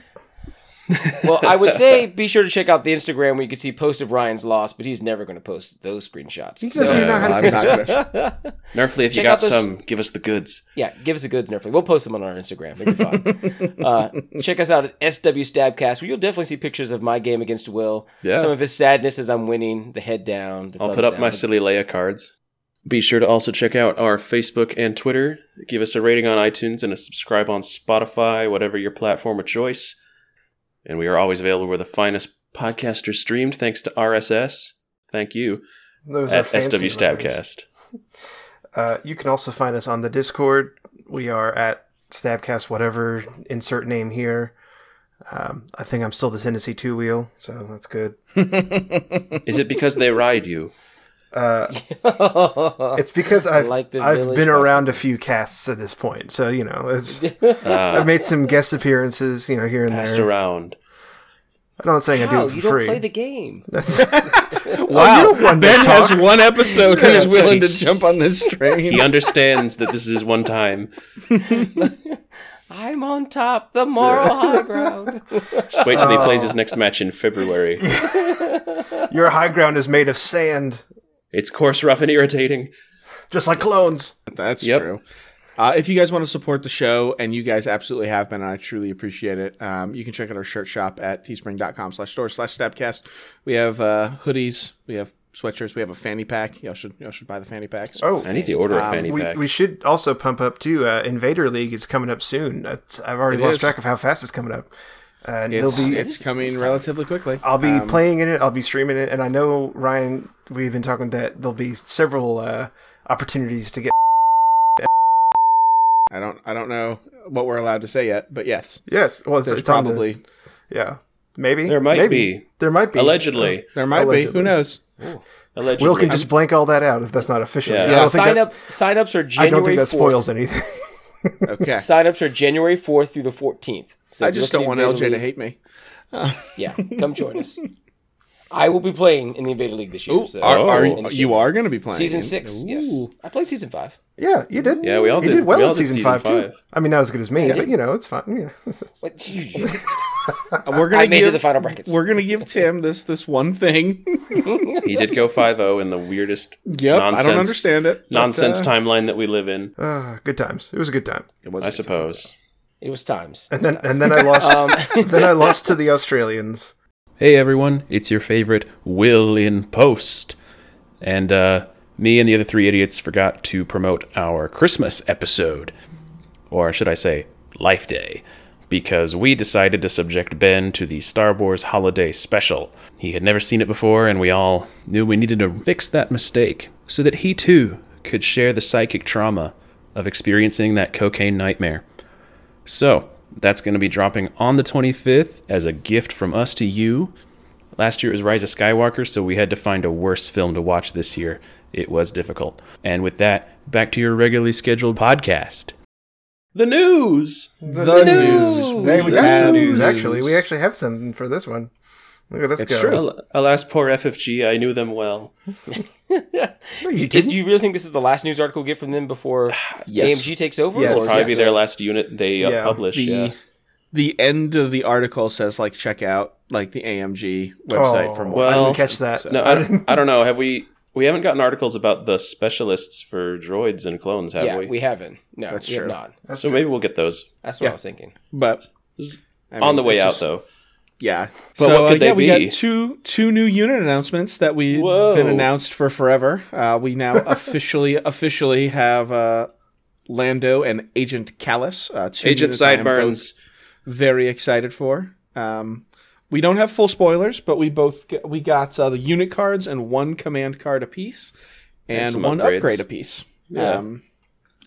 Well, I would say be sure to check out the Instagram where you can see posts of Ryan's loss, but he's never going to post those screenshots. He So, doesn't even know how to I'm take not a gonna- Nerfly, if you Check got out those- some, give us the goods. yeah, give us a good nerfly. We'll post them on our Instagram. It'll be fine. uh, check us out at SW Stabcast, where you'll definitely see pictures of my game against Will. Yeah. Some of his sadness as I'm winning, the head down. The I'll thumbs put up down. my silly Leia cards. Be sure to also check out our Facebook and Twitter. Give us a rating on iTunes and a subscribe on Spotify, whatever your platform of choice. And we are always available where the finest podcasts are streamed, thanks to RSS. Thank you. Those are At SW fancy letters. Stabcast. Uh, you can also find us on the Discord. We are at Stabcast, whatever insert name here. Um, I think I'm still the Tennessee Two Wheel, so that's good. Is it because they ride you? Uh, It's because I've Like the I've village been gossip. around a few casts at this point, so you know it's. I've made some guest appearances, you know, here and Uh, Passed there. around. I'm not saying I Wow, do you it for don't free. play the game. Wow, one to Ben has talk. one episode and is willing to He's- jump on this train. He understands that this is his one time. I'm on top, the moral high ground. Just wait till he plays his next match in February. Your high ground is made of sand, It's coarse, rough, and irritating. just like clones. That's Yep. true. Uh, if you guys want to support the show, and you guys absolutely have been, and I truly appreciate it, um, you can check out our shirt shop at teespring.com slash store slash stabcast. We have uh, hoodies, we have sweatshirts, we have a fanny pack. Y'all should y'all should buy the fanny packs. Oh, I need to order Um, a fanny we, pack. we should also pump up too. Uh, Invader League is coming up soon. That's, I've already It lost is. track of how fast it's coming up. And It's, it'll be. it's coming relatively quickly. I'll be um, playing in it. I'll be streaming it, and I know Ryan. We've been talking that there'll be several uh, opportunities to get. I don't I don't know what we're allowed to say yet, but yes, Yes, well, it's, there's it's on the- probably yeah, maybe There might Maybe. be. There might be. Allegedly. there might be. Allegedly. Who knows? Oh. Allegedly. Will can just blank all that out if that's not official. Yeah. I Yeah, don't think Uh, sign that- up sign ups are I January don't think that 4th. spoils anything. Okay, Sign ups are January 4th through the 14th. So I if you just look don't want at the LJ to Invader hate me. League- Yeah, come join us. I will be playing in the Invader League this year. so- Are, are, In you are going to be playing Oh. season in- six. Ooh. Yes, I played season five. yeah, you did. Yeah, we all you did- did well we all in did season, season five, five. too. I mean, not as good as me, but you know, it's fine. Yeah. What you, We're gonna I made it give, to the final brackets. We're gonna give Tim this this one thing. he did go 5-0 in the weirdest yep, nonsense, I don't understand it. but, nonsense uh, timeline that we live in, Ah, good times. It was a good time. It was I suppose. It was times. And then and then I lost. Um, then I lost to the Australians. Hey everyone, it's your favorite Will in Post. And uh, me and the other three idiots forgot to promote our Christmas episode, or should I say, Life Day, because we decided to subject Ben to the Star Wars Holiday Special. He had never seen it before, and we all knew we needed to fix that mistake so that he too could share the psychic trauma of experiencing that cocaine nightmare. So that's going to be dropping on the 25th as a gift from us to you. Last year it was Rise of Skywalker, so we had to find a worse film to watch this year. It was difficult. And with that, back to your regularly scheduled podcast. The news! The, the news. Hey, we got have some news. Actually, we actually have something for this one. Look at this It's go. true. Al- alas, poor FFG, I knew them well. No, you Did didn't. you really think this is the last news article we get from them before Yes. AMG takes over? Yes. or- Probably Yes. be their last unit they uh, Yeah. publish. the yeah. the end of the article says like check out like the AMG website Oh, for more. Well- I didn't catch that. No, I don't, I don't know. Have we. We haven't gotten articles about the specialists for droids and clones, have yeah, we? we? haven't. No, That's we true. have not. so maybe we'll get those. That's what Yeah. I was thinking. but I mean, On the way it out, just- though. Yeah. But so what could uh, yeah, they we be? got two two new unit announcements that we've Whoa. been announced for forever. Uh, we now officially officially have uh, Lando and Agent Callus. Uh, two Agent units I am Sideburns. both Very excited for. Um, we don't have full spoilers, but we both g we got uh, the unit cards and one command card apiece, and, some one upgrades. upgrade apiece. Yeah. Um,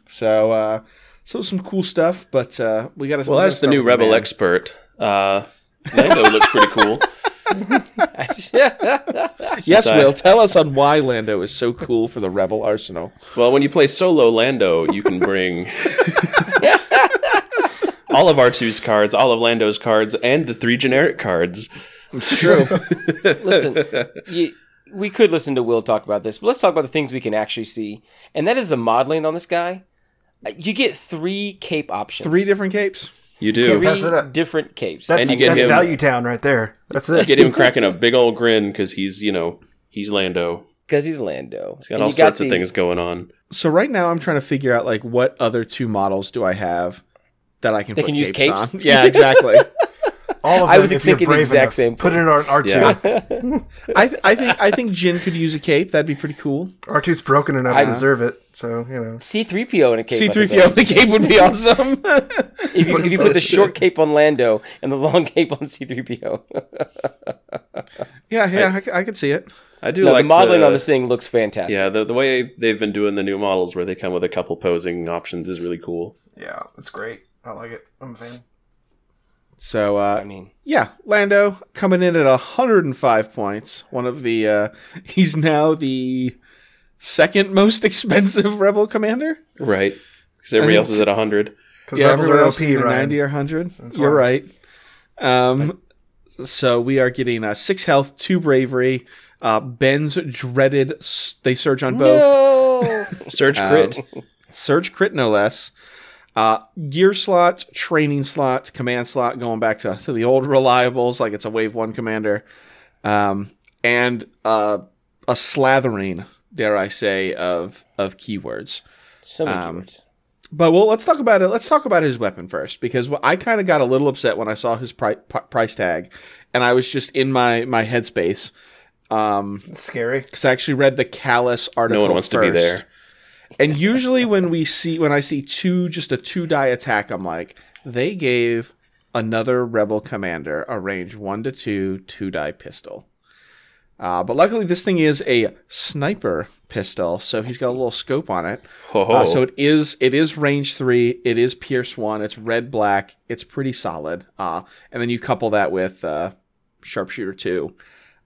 so uh, so some cool stuff, but uh, we got to. Well, as the new Rebel X. expert, uh, Lando looks pretty cool. Yes, Sorry. Will, tell us on why Lando is so cool for the Rebel Arsenal. Well, when you play solo Lando, you can bring all of R2's cards, all of Lando's cards, and the three generic cards. True. Listen, you, we could listen to Will talk about this, but let's talk about the things we can actually see, and that is the modeling on this guy. Uh, You get three cape options, Three different capes. You do. Three Pass it up. different capes. That's, And you get that's him- Value Town right there. That's it. Get him cracking a big old grin because he's, you know, he's Lando. because he's Lando. He's got all sorts of things going on. So right now I'm trying to figure out like what other two models do I have that I can They put can use capes capes? on. Yeah, exactly. All of I them, was if you're thinking the brave exact enough, same Put thing. it on R2. Yeah. I th- I think I think Jin could use a cape. That'd be pretty cool. R2's broken enough I- to deserve it. So, you know. C three PO in a cape. I C think three PO that- in a cape would be awesome. If you, if you put the short cape on Lando and the long cape on C three PO, yeah, yeah, I, c- I could see it. I do no, like the modeling on this thing looks fantastic. Yeah, the, the way they've been doing the new models where they come with a couple posing options is really cool. Yeah, that's great. I like it. I'm a fan. So uh, I mean, yeah, Lando coming in at 105 points. One of the uh, he's now the second most expensive Rebel commander. Right. Because everybody think- else is at 100. Because Rebels everyone are else OP, is either Ryan. 90 or 100. You're right. Um, so we are getting uh, six health, two bravery. Uh, Ben's dreaded, s- they surge on both. no. Um, Surge crit. Surge crit, no less. Uh, gear slots, training slots, command slot, going back to, to the old reliables, like it's a wave one commander. Um, and uh, a slathering, dare I say, of, of keywords. so many Um, keywords. But well, let's talk about it. Let's talk about his weapon first, because wh- I kind of got a little upset when I saw his pri- pri- price tag, and I was just in my my headspace It's scary. because I actually read the Callus article. No one wants to be first. there. And usually when we see when I see two just a two die attack, I'm like, they gave another rebel commander a range one to two two die pistol. Uh, but luckily, this thing is a sniper pistol, so he's got a little scope on it. Ho, ho. Ah, Oh. Uh, so it is it is range three. It is pierce one. It's red black. It's pretty solid. Uh, and then you couple that with uh, sharpshooter two.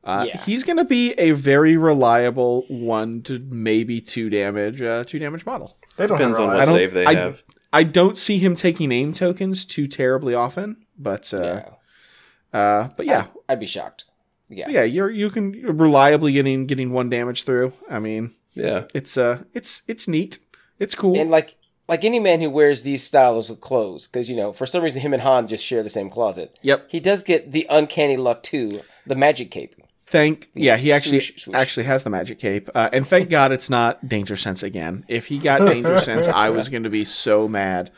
Uh, Yeah. He's going to be a very reliable one to maybe two damage uh, two damage model. They don't Depends have on reliable- what I don't- save they I- have. I don't see him taking aim tokens too terribly often, but uh, Yeah. uh, but yeah, I'd be shocked. Yeah. yeah, you're you can you're reliably getting getting one damage through. I mean, Yeah. it's uh, it's it's neat. It's cool. And like like any man who wears these styles of clothes, because you know for some reason him and Han just share the same closet. Yep. He does get the uncanny luck too, the magic cape. Thank yeah, he actually Swoosh, swoosh. actually has the magic cape, uh, and thank God it's not danger sense again. If he got danger sense, I was going to be so mad.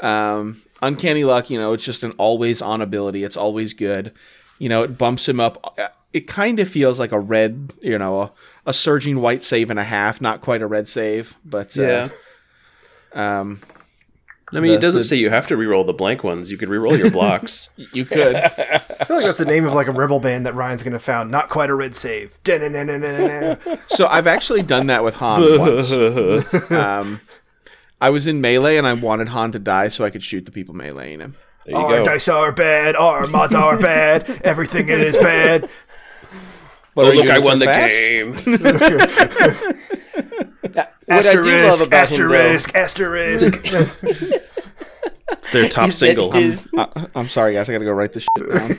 Um, uncanny luck, you know, it's just an always on ability. It's always good. You know, it bumps him up. Uh, It kind of feels like a red, you know, a, a surging white save and a half, not quite a red save, but uh, Yeah. um, I mean, the- it doesn't the- say you have to re-roll the blank ones. You could re-roll your blocks. you could. I feel like that's the name of like a rebel band that Ryan's gonna found. Not quite a red save. Da-na-na-na-na-na. So I've actually done that with Han once. Um, I was in melee and I wanted Han to die so I could shoot the people meleeing him. There you Our go. dice are bad. Our mods are bad. Everything is bad. But Oh, our look, I units won are the fast. game. Now, what I Asterisk. do love about him, though, asterisk. asterisk. It's their top is that single. his- I, I'm sorry, guys. I gotta go write this shit down.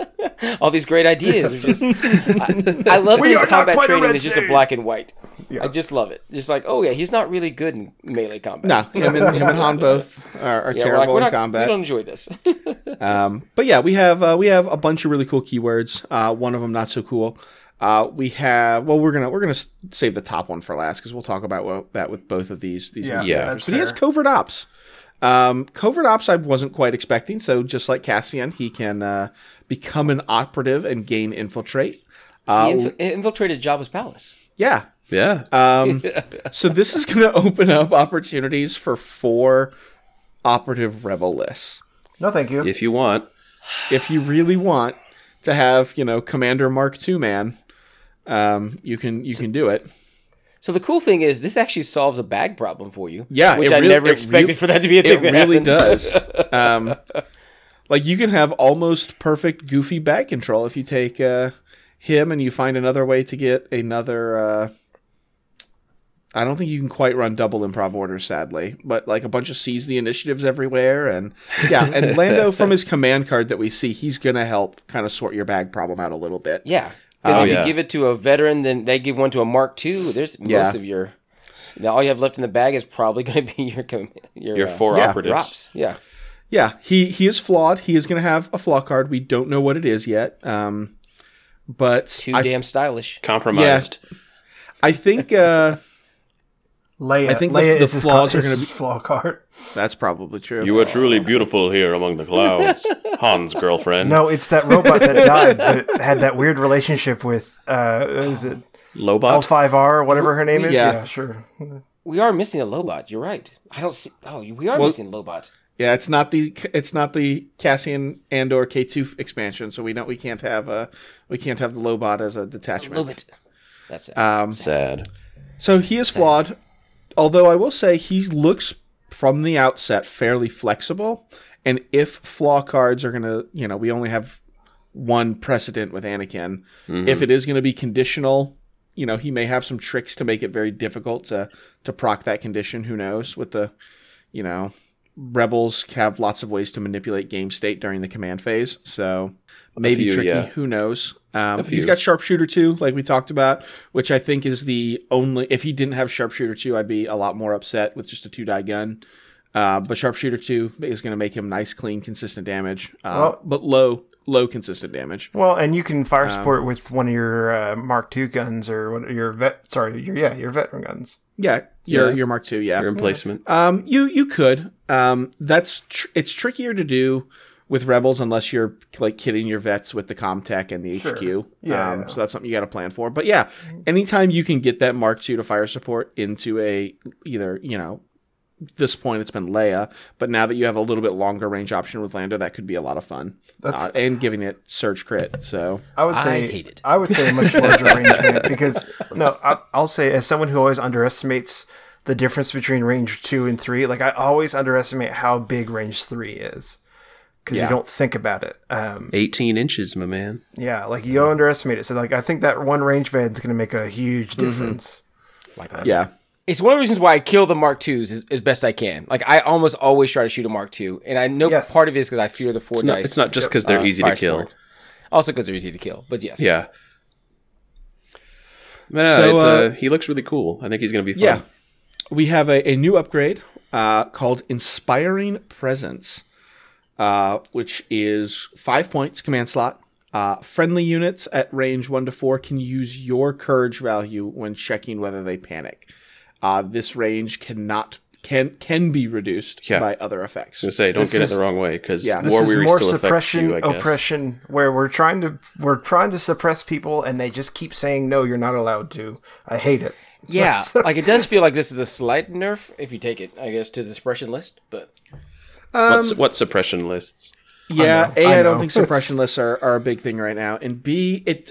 yeah. all these great ideas. Are just, I, I love that We his are not combat quite a training red is just a state. black and white. I just love it. Just like, oh yeah, he's not really good in melee combat. no, him and, him and Han both are, are Yeah, we're like, terrible we're not, in combat. We don't enjoy this. Um, but yeah, we have uh, we have a bunch of really cool keywords. Uh, one of them not so cool. Uh, we have well, we're gonna we're gonna s- save the top one for last because we'll talk about what, that with both of these these Yeah, Yeah. that's But he has fair. covert ops. Um, covert ops, I wasn't quite expecting. So just like Cassian, he can uh, become an operative and gain infiltrate. he inf- infiltrated Jabba's palace. Yeah. Yeah. Um, so this is going to open up opportunities for four operative rebel lists. No, thank you. if you want. If you really want to have, you know, Commander Mark II man, um, you can you can do it. So the cool thing is, this actually solves a bag problem for you. Yeah, which it I really- never it expected really- for that to be a It thing. that really happened. does. Um, like you can have almost perfect goofy bag control if you take uh, him and you find another way to get another. Uh, I don't think you can quite run double improv orders, sadly, but like a bunch of seize the initiatives everywhere, and yeah, and Lando from his command card that we see, he's gonna help kind of sort your bag problem out a little bit. Yeah, because Oh, if yeah. you give it to a veteran, then they give one to a Mark II. There's Yeah. most of your. Now all you have left in the bag is probably going to be your com- your, Your uh, four yeah, operatives. props. Yeah, Yeah, he he is flawed. He is gonna have a flaw card. We don't know what it is yet. Um, but too I, damn stylish. Compromised. I think. Uh, Leia, I think the- Leia the is his flaws co- are gonna his be- flaw card. That's probably true. You are truly beautiful here among the clouds, Han's girlfriend. No, it's that robot that died that had that weird relationship with uh, is it Lobot. L5R or whatever her name is? Yeah. sure. We are missing a Lobot. You're right. I don't see. Oh, we are missing Lobot. yeah, it's not the it's not the Cassian and or K two expansion, so we don't we can't have a we can't have the Lobot as a detachment. Lobot. That's it. Um, Sad. so he is flawed, although I will say he looks from the outset fairly flexible. And if flaw cards are gonna, you know, we only have one precedent with Anakin. Mm-hmm. If it is gonna be conditional, you know, he may have some tricks to make it very difficult to to proc that condition. Who knows? With the, you know, rebels have lots of ways to manipulate game state during the command phase. So maybe few, tricky. yeah. Who knows? Um, he's few. got sharpshooter two, like we talked about, which I think is the only. If he didn't have sharpshooter two, I'd be a lot more upset with just a two die gun. Uh, but sharpshooter two is going to make him nice, clean, consistent damage, uh, Well- but low low consistent damage. Well, and you can Um, fire support with one of your uh, Mark II guns or what, your vet. Sorry, your yeah, your veteran guns. Yeah, your Yes. your Mark II. Yeah, Your emplacement. Um, you you could. Um, that's tr- it's trickier to do with rebels unless you're like kidding your vets with the comtech and the HQ. Yeah, um, yeah. So that's something you got to plan for. But yeah, anytime you can get that Mark II to fire support into a either you know this point it's been Leia, but now that you have a little bit longer range option with Lando, that could be a lot of fun. That's- Uh, and giving it surge crit. So I would I say hate it. I would say a much larger range unit because no, I, I'll say as someone who always underestimates the difference between range two and three. Like I always underestimate how big range three is because Yeah. you don't think about it. Um, 18 inches, my man. yeah, like you underestimate it. So like I think that one range van's going to make a huge difference. yeah, It's one of the reasons why I kill the Mark IIs as, as best I can. Like I almost always try to shoot a Mark II, and I know Yes. part of it is because I fear the four It's dice. not, it's not just because they're uh, easy fire to kill. support. Also because they're easy to kill. But yes, Yeah. Yeah, So, it, uh, uh, he looks really cool. I think he's going to be fun. yeah. We have a, a new upgrade uh, called Inspiring Presence, uh, which is five points command slot. Uh, friendly units at range one to four can use your courage value when checking whether they panic. Uh, this range cannot can can be reduced Yeah. by other effects. I was gonna say, don't This get is- it the wrong way because Yeah. war This is weary more still affects suppression you. I guess. oppression where we're trying to we're trying to suppress people and they just keep saying no, you're not allowed to. I hate it. yeah. like it does feel like this is a slight nerf if you take it, I guess, to the suppression list. But What's what suppression lists? Yeah, A, I I, know. don't think suppression lists are, are a big thing right now, and B, it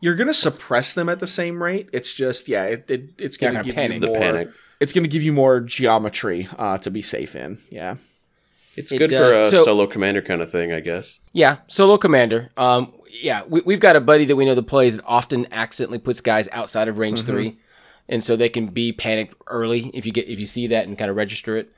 you're gonna suppress them at the same rate. It's just yeah, it, it it's gonna, gonna give panic. you The more. panic. It's gonna give you more geometry uh, to be safe in. Yeah, It's It good for a does. So- solo commander kind of thing, I guess. yeah, solo commander. Um, yeah, we, we've got a buddy that we know that plays that often accidentally puts guys outside of range Mm-hmm. three, and so they can be panicked early if you get if you see that and kind of register it.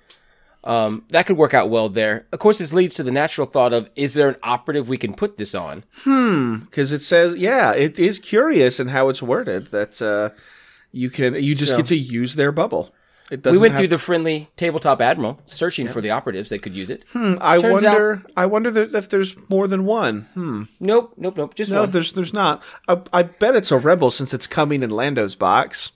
Um, that could work out well there. Of course, this leads to the natural thought of: Is there an operative we can put this on? because it says yeah, it is curious in how it's worded that uh, you can you just So- get to use their bubble. It We doesn't. went have- through the friendly tabletop admiral searching for the operatives that could use it. I turns wonder. I wonder that if there's more than one. Hmm. Nope, nope, nope. Just No, one. there's there's not. I, I bet it's a rebel since it's coming in Lando's box.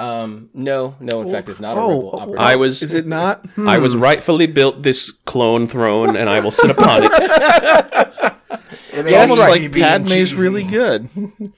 Um, no, no. In fact, it's not a oh, rebel oh, operative. I was Is it not? Hmm. I was rightfully built this clone throne, and I will sit upon it. It's It's almost like Padme's really good.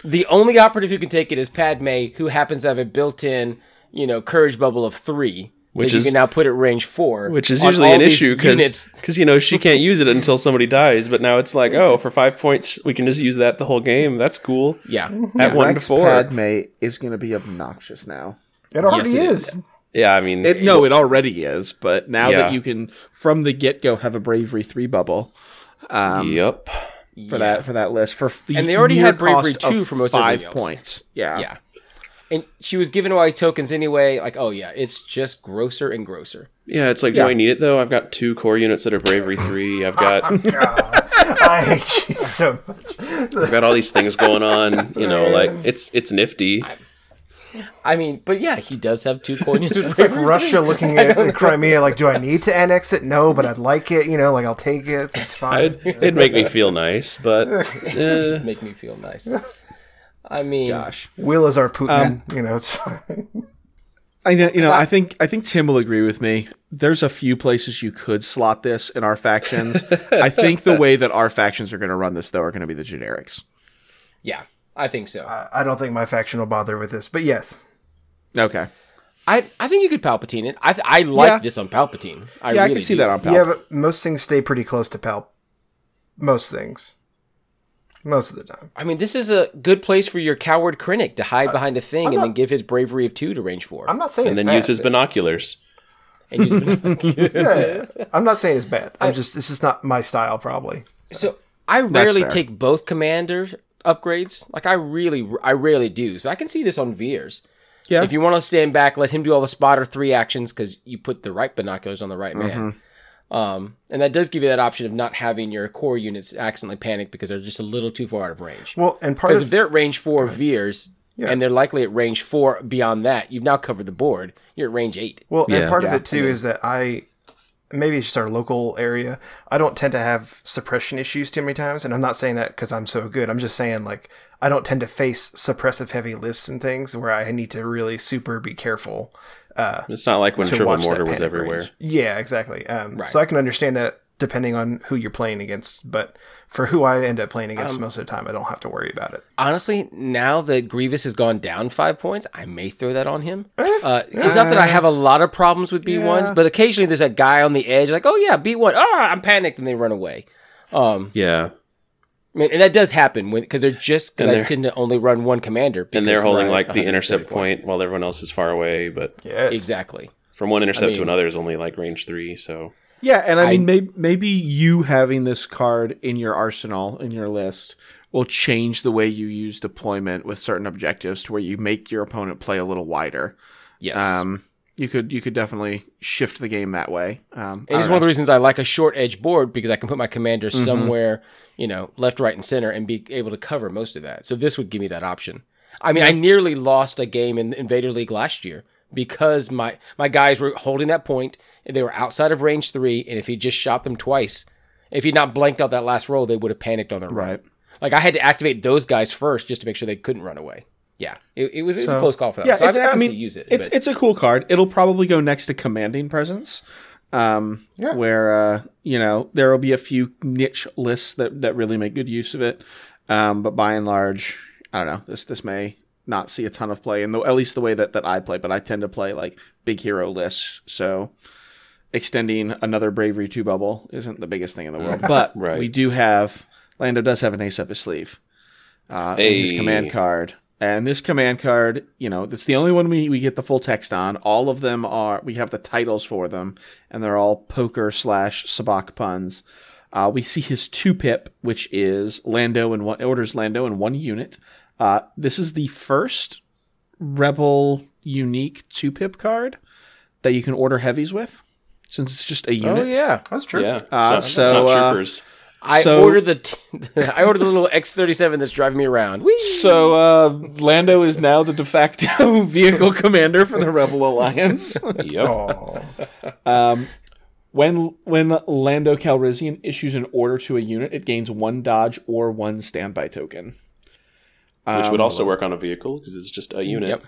The only operative who can take it is Padme, who happens to have a built-in, you know, courage bubble of three, Which which you is- can now put at range four, which is on usually all an these issue because units. you know she can't use it until somebody dies. But now it's like, oh, for five points we can just use that the whole game. That's cool. yeah, At one to Rex four. Padme is going to be obnoxious now. It already Yes, it is. Yeah, I mean, It, no, it already is, but now Yeah. that you can from the get go have a bravery three bubble yep. for that for that list for f- the And they already mere had bravery cost of two for most five everything else. points. Yeah, yeah. And she was giving away tokens anyway. Like, oh yeah, it's just grosser and grosser. Yeah, it's like, do I need it though? I've got two core units that are bravery three. I've got I've I hate you so much. got all these things going on. You know, like it's it's nifty. I mean, but yeah, he does have two coins. It's like Russia looking at Crimea, like, do I need to annex it? No, but I'd like it. You know, like I'll take it. It's fine. I'd, it'd make me feel nice, but eh, make me feel nice. I mean, gosh. Will is our um, Putin. you know, it's fine. I know, you know, I think I think Tim will agree with me. There's a few places you could slot this in our factions. I think the way that our factions are going to run this though are going to be the generics. yeah, I think so. Uh, I don't think my faction will bother with this, but yes, Okay, I I think you could Palpatine it. I th- I like Yeah. this on Palpatine. I yeah, really I can see do. that on Pal. yeah, but most things stay pretty close to Palp. Most things, most of the time. I mean, this is a good place for your coward Krennic to hide behind a thing and then give his bravery of two to range 4 I'm not saying and it's then bad. use his binoculars. and use- I'm not saying it's bad. I'm just it's just not my style, probably. so I rarely fair. take both commander upgrades. Like I really, I rarely do. So I can see this on Veers. Yeah. If you want to stand back, let him do all the spotter three actions because you put the right binoculars on the right man. Um, and that does give you that option of not having your core units accidentally panic because they're just a little too far out of range. Well, and part Because of if they're at range four Veers and they're likely at range four beyond that, you've now covered the board. You're at range eight. Well, and part Yeah. of it too is that I maybe it's just our local area. I don't tend to have suppression issues too many times, and I'm not saying that because I'm so good. I'm just saying like I don't tend to face suppressive heavy lists and things where I need to really super be careful. Uh, It's not like when to watch Sherwood that Mortar was panic everywhere. range. Yeah, exactly. Um, Right. So I can understand that depending on who you're playing against, but for who I end up playing against most of the time, I don't have to worry about it. Honestly, now that Grievous has gone down five points, I may throw that on him. Uh, it's not that I have a lot of problems with B1s, but occasionally there's that guy on the edge, like, oh yeah, B1, ah, I'm panicked, and they run away. Um, Yeah, I mean, and that does happen when because they're just because And I they're- tend to only run one commander. and because they're holding it's like the 130 intercept points. point while everyone else is far away. But Yeah, Exactly. from one intercept to mean- another is only like range three. So Yeah, and I, I- mean, maybe, maybe you having this card in your arsenal, in your list, will change the way you use deployment with certain objectives to where you make your opponent play a little wider. Yes. Um, you could you could definitely shift the game that way. Um, I And it's don't Mm-hmm. one of the reasons I like a short edge board because I can put my commander somewhere, you know, left, right, and center and be able to cover most of that. So this would give me that option. I mean, I nearly lost a game in Invader League last year because my my guys were holding that point and they were outside of range three. And if he just shot them twice, if he'd not blanked out that last roll, they would have panicked on their know. run. right. Like I had to activate those guys first just to make sure they couldn't run away. Yeah, it, it was, it was a So- close call for that. Yeah, one. So it's- I, mean, I, I can mean, see use it. It's but- it's a cool card. It'll probably go next to commanding presence. Um, where uh, you know there will be a few niche lists that that really make good use of it. Um, but by and large, I don't know. This this may not see a ton of play, and though at least the way that that I play. But I tend to play like big hero lists, so extending another bravery two bubble isn't the biggest thing in the world. But Right. we do have Lando does have an ace up his sleeve uh, in his Hey. command card. And this command card, you know, it's the only one we, we get the full text on. All of them are, we have the titles for them, and they're all poker slash sabacc puns. Uh, we see his two pip, which is Lando and one, orders Lando in one unit. Uh, this is the first Rebel unique two pip card that you can order heavies with, since it's just a unit. Oh yeah, that's true. yeah, it's Uh, not, it's not so, uh, troopers. I So- ordered the t- I ordered the little X thirty seven that's driving me around. Whee! So uh, Lando is now the de facto vehicle commander for the Rebel Alliance. yep. Oh, Um, when when Lando Calrissian issues an order to a unit, it gains one dodge or one standby token, Which would also work on a vehicle because it's just a unit. Yep.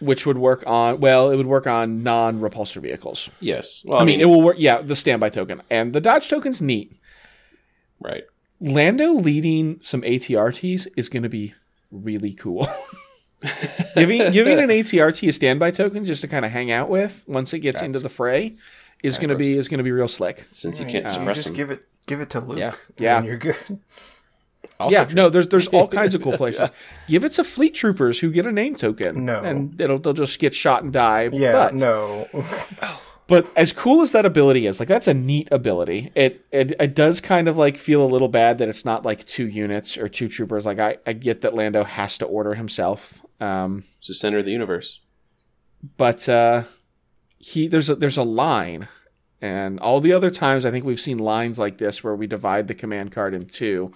which would work on well, it would work on non repulsor vehicles. Yes. Well, I mean, it will work. Yeah, the standby token and the dodge token's neat. right. Lando leading some ATRTs is going to be really cool. giving giving an ATRT a standby token just to kind of hang out with once it gets into the fray is going to be is going to be real slick. Since you can't you suppress just them. give it give it to Luke. Yeah. Yeah. and you're good. Also yeah, no, there's there's all kinds of cool places. Give it to fleet troopers who get a name token. No. and it'll they'll just get shot and die. Yeah, but, no. But as cool as that ability is, like that's a neat ability. It, it it does kind of like feel a little bad that it's not like two units or two troopers. Like I, I get that Lando has to order himself. Um, It's the center of the universe. but uh, he there's a there's a line, and all the other times I think we've seen lines like this where we divide the command card in two.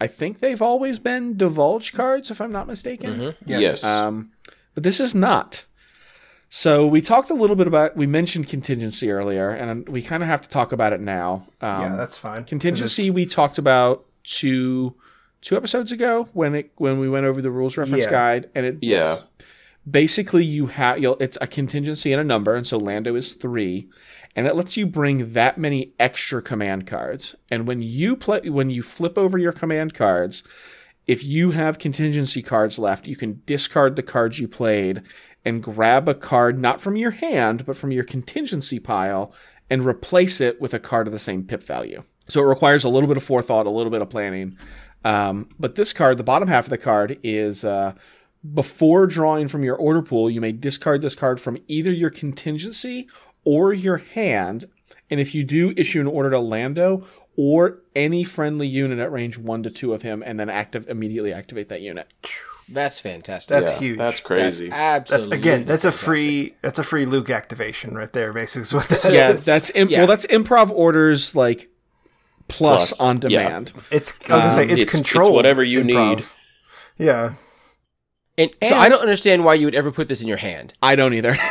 I think they've always been divulge cards, if I'm not Mm-hmm. mistaken. Mm-hmm. Yes. Um, but this is not. So we talked a little bit about we mentioned contingency earlier, and we kind of have to talk about it now. Um, yeah, that's fine. 'Cause contingency it's- we talked about two two episodes ago when it when we went over the rules reference Yeah. guide, and it yeah. basically you have you'll it's a contingency and a number, and so Lando is three, and it lets you bring that many extra command cards. And when you play when you flip over your command cards, if you have contingency cards left, you can discard the cards you played and grab a card not from your hand, but from your contingency pile and replace it with a card of the same pip value. So it requires a little bit of forethought, a little bit of planning. Um, but this card, the bottom half of the card, is uh, before drawing from your order pool, you may discard this card from either your contingency or your hand. And if you do, issue an order to Lando or any friendly unit at range one to two of him, and then active immediately activate that unit. that's fantastic. That's Yeah, huge. That's That's crazy. absolutely Again, that's a fantastic. free that's a free Luke activation right there. Basically, is what that is. Yeah, that's im- yeah. well, that's improv orders like plus, Plus, on yeah. demand. It's I was gonna say Um, it's, it's- it's controlled. whatever you improv. need. Yeah, And, so I don't understand why you would ever put this in your hand. I don't either.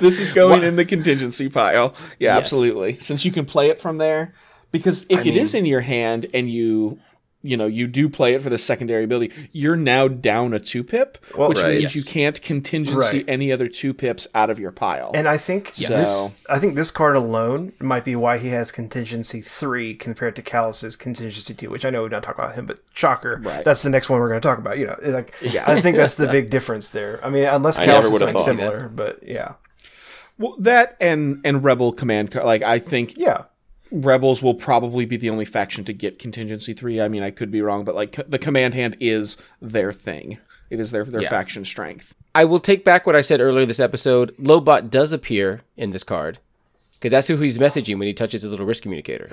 this is going in the contingency pile. Yeah, absolutely. Since you can play it from there, because if it is in your hand and you, you know, you do play it for the secondary ability, you're now down a two pip, Well, which Right. means you can't contingency Right. any other two pips out of your pile. And I think So- this, I think this card alone might be why he has contingency three compared to Callus's contingency two, which I know we're not talking about him, but shocker, Right. that's the next one we're going to talk about. You know, like Yeah. I think that's the big difference there. I mean, unless I never Callus is would've something thought similar, but yeah, well, that and and rebel command card. Like I think yeah, Rebels will probably be the only faction to get contingency three. I mean, I could be wrong, but like the command hand is their thing. It is their their Yeah. faction strength. I will take back what I said earlier this episode. Lobot does appear in this card because that's who he's messaging when he touches his little wrist communicator.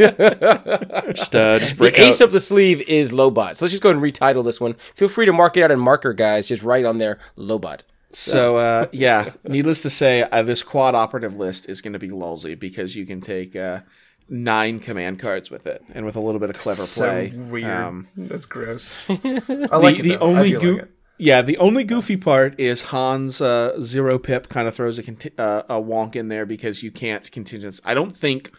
Just, uh, just break The ace out. up the sleeve is Lobot. So let's just go ahead and retitle this one. Feel free to mark it out in marker, guys. Just write on there Lobot. So uh, yeah, needless to say, uh, this quad operative list is going to be lousy because you can take uh, nine command cards with it, and with a little bit of clever play. so weird. um, that's gross. I like the, it. the though. I only do goo- like it. yeah, the only goofy part is Hans uh, zero pip kind of throws a conti- uh, a wonk in there because you can't contingency. I don't think.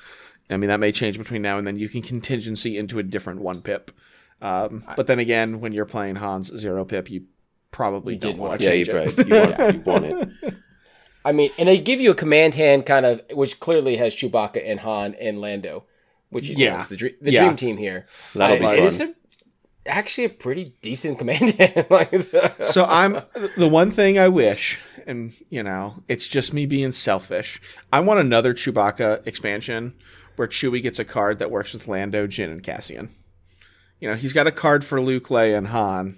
I mean, that may change between now and then. You can contingency into a different one pip, um, but then again, when you're playing Hans zero pip, you probably don't did want want- to yeah, change you, it. right. you, want, you want it. I mean, and they give you a command hand kind of, which clearly has Chewbacca and Han and Lando, which is Yeah. yeah. the, dream, the Yeah. dream team here. That'll be and It's fun. a- actually a pretty decent command hand. like, it's- so I'm the one thing I wish, and you know, it's just me being selfish. I want another Chewbacca expansion where Chewie gets a card that works with Lando, Jin, and Cassian. You know, he's got a card for Luke, Leia, and Han.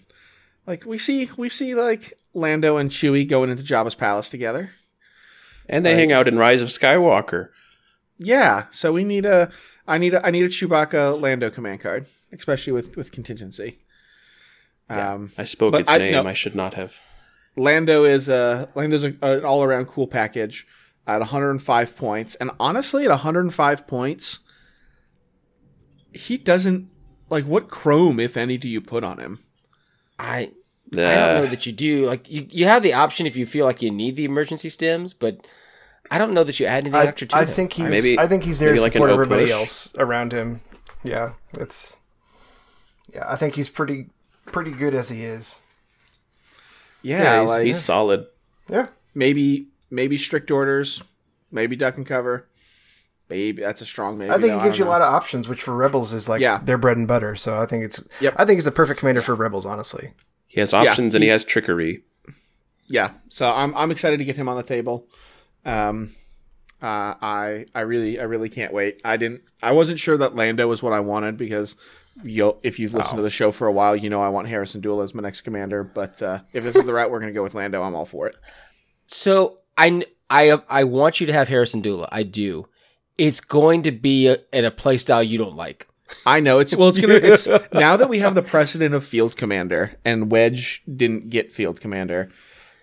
Like we see, we see like Lando and Chewie going into Jabba's palace together. And they hang out in Rise of Skywalker. Yeah, so we need a, I need a, I need a Chewbacca Lando command card, especially with with contingency. Um, I spoke But its I- name. no. I should not have. Lando is a Lando's a, an all around cool package at 105 points, and honestly, at 105 points, he doesn't like what chrome, if any, do you put on him? I, I Uh, don't know that you do. Like you, you have the option if you feel like you need the emergency stems, but I don't know that you add anything I, extra to I it. think he's. Maybe- I think he's there to maybe like an support O everybody push. else around him. Yeah, it's. Yeah, I think he's pretty, pretty good as he is. Yeah, he's, like he's solid. Yeah, maybe maybe strict orders, maybe duck and cover. Maybe that's a strong maybe. I think though, he gives you don't a know. lot of options, which for Rebels is like Yeah. their bread and butter. So I think it's. Yep. I think he's the perfect commander for Rebels, honestly. He has options and he has trickery. yeah so i'm i'm excited to get him on the table um uh, I I really I really can't wait. I didn't I wasn't sure that Lando was what I wanted because yo if you've listened to the show for a while, you know I want Harrison Duel as my next commander, but uh, if this is the route we're going to go with Lando, I'm all for it. So I kn- I I want you to have Harrison Dula. I do. It's going to be a, at a play style you don't like. I know it's well it's going to it's now that we have the precedent of field commander and Wedge didn't get field commander.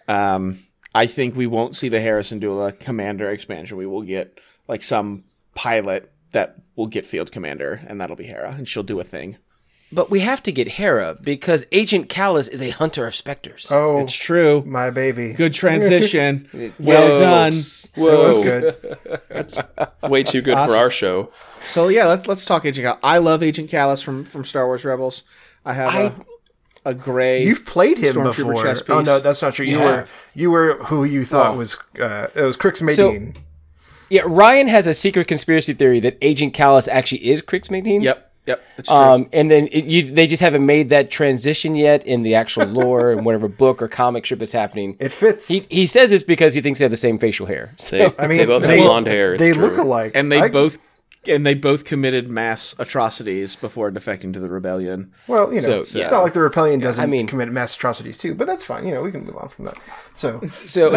Um I think we won't see the Harrison Dula commander expansion. We will get like some pilot that will get field commander and that'll be Hera and she'll do a thing. But we have to get Hera because Agent Callus is a hunter of specters. Oh, It's true. my baby. Good transition. well done. That Whoa, was good. way too good for our show. So yeah, let's let's talk Agent Cal. I love Agent Callus from from Star Wars Rebels. I have a a gray You've played him Stormtrooper before. chess Oh piece. Oh. no, that's not true. You Yeah. were you were who you thought was uh, it was Crix Medine. Yeah, Ryan has a secret conspiracy theory that Agent Callus actually is Crix Medine. Yep, yep. It's true. Um, and then it, you, they just haven't made that transition yet in the actual lore and whatever book or comic strip that's happening. it fits. He, he says it's because he thinks they have the same facial hair. They, I mean, they both have blonde hair. It's they true. look alike, and they I- both and they both committed mass atrocities before defecting to the rebellion. Well, you know, So, it's yeah. not like the rebellion doesn't mean- commit mass atrocities too, but that's fine. You know, we can move on from that. So So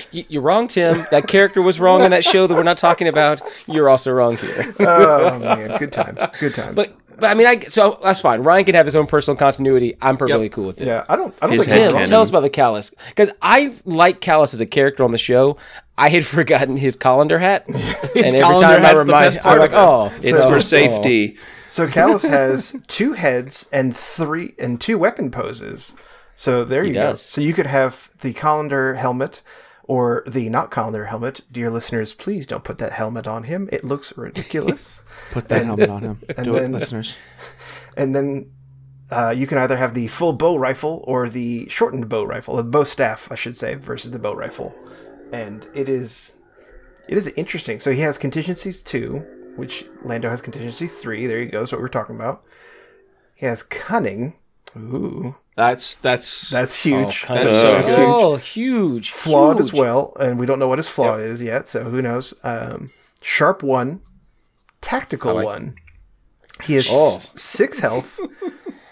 You- you're wrong, Tim. That character was wrong in that show that we're not talking about. You're also wrong here. Oh man, good times, good times. But but I mean, I so that's fine. Ryan can have his own personal continuity. I'm perfectly cool with it. yeah, I don't, I don't His think head Tim, it's wrong. cannon. tell us about the Callus because I like Callus as a character on the show. I had forgotten his colander hat, and every colander time I hat's the remind, best part I'm like, of oh, It's oh, for oh. safety. So Callus has two heads and three and two weapon poses. So there you does. go. So you could have the colander helmet or the not colander helmet. Dear listeners, please don't put that helmet on him. It looks ridiculous. Put that helmet on him. Do then- it, listeners. and then uh, you can either have the full bow rifle or the shortened bow rifle, the bow staff, I should say, versus the bow rifle. And it is, it is interesting. So he has contingencies two, which Lando has contingency three. There you go. That's what we're talking about. He has cunning. Ooh, That's that's that's huge. Kind That's of- so oh, huge. flawed as huge. well, and we don't know what his flaw is yet, so who knows? Um, sharp one, tactical one. He has s- six health,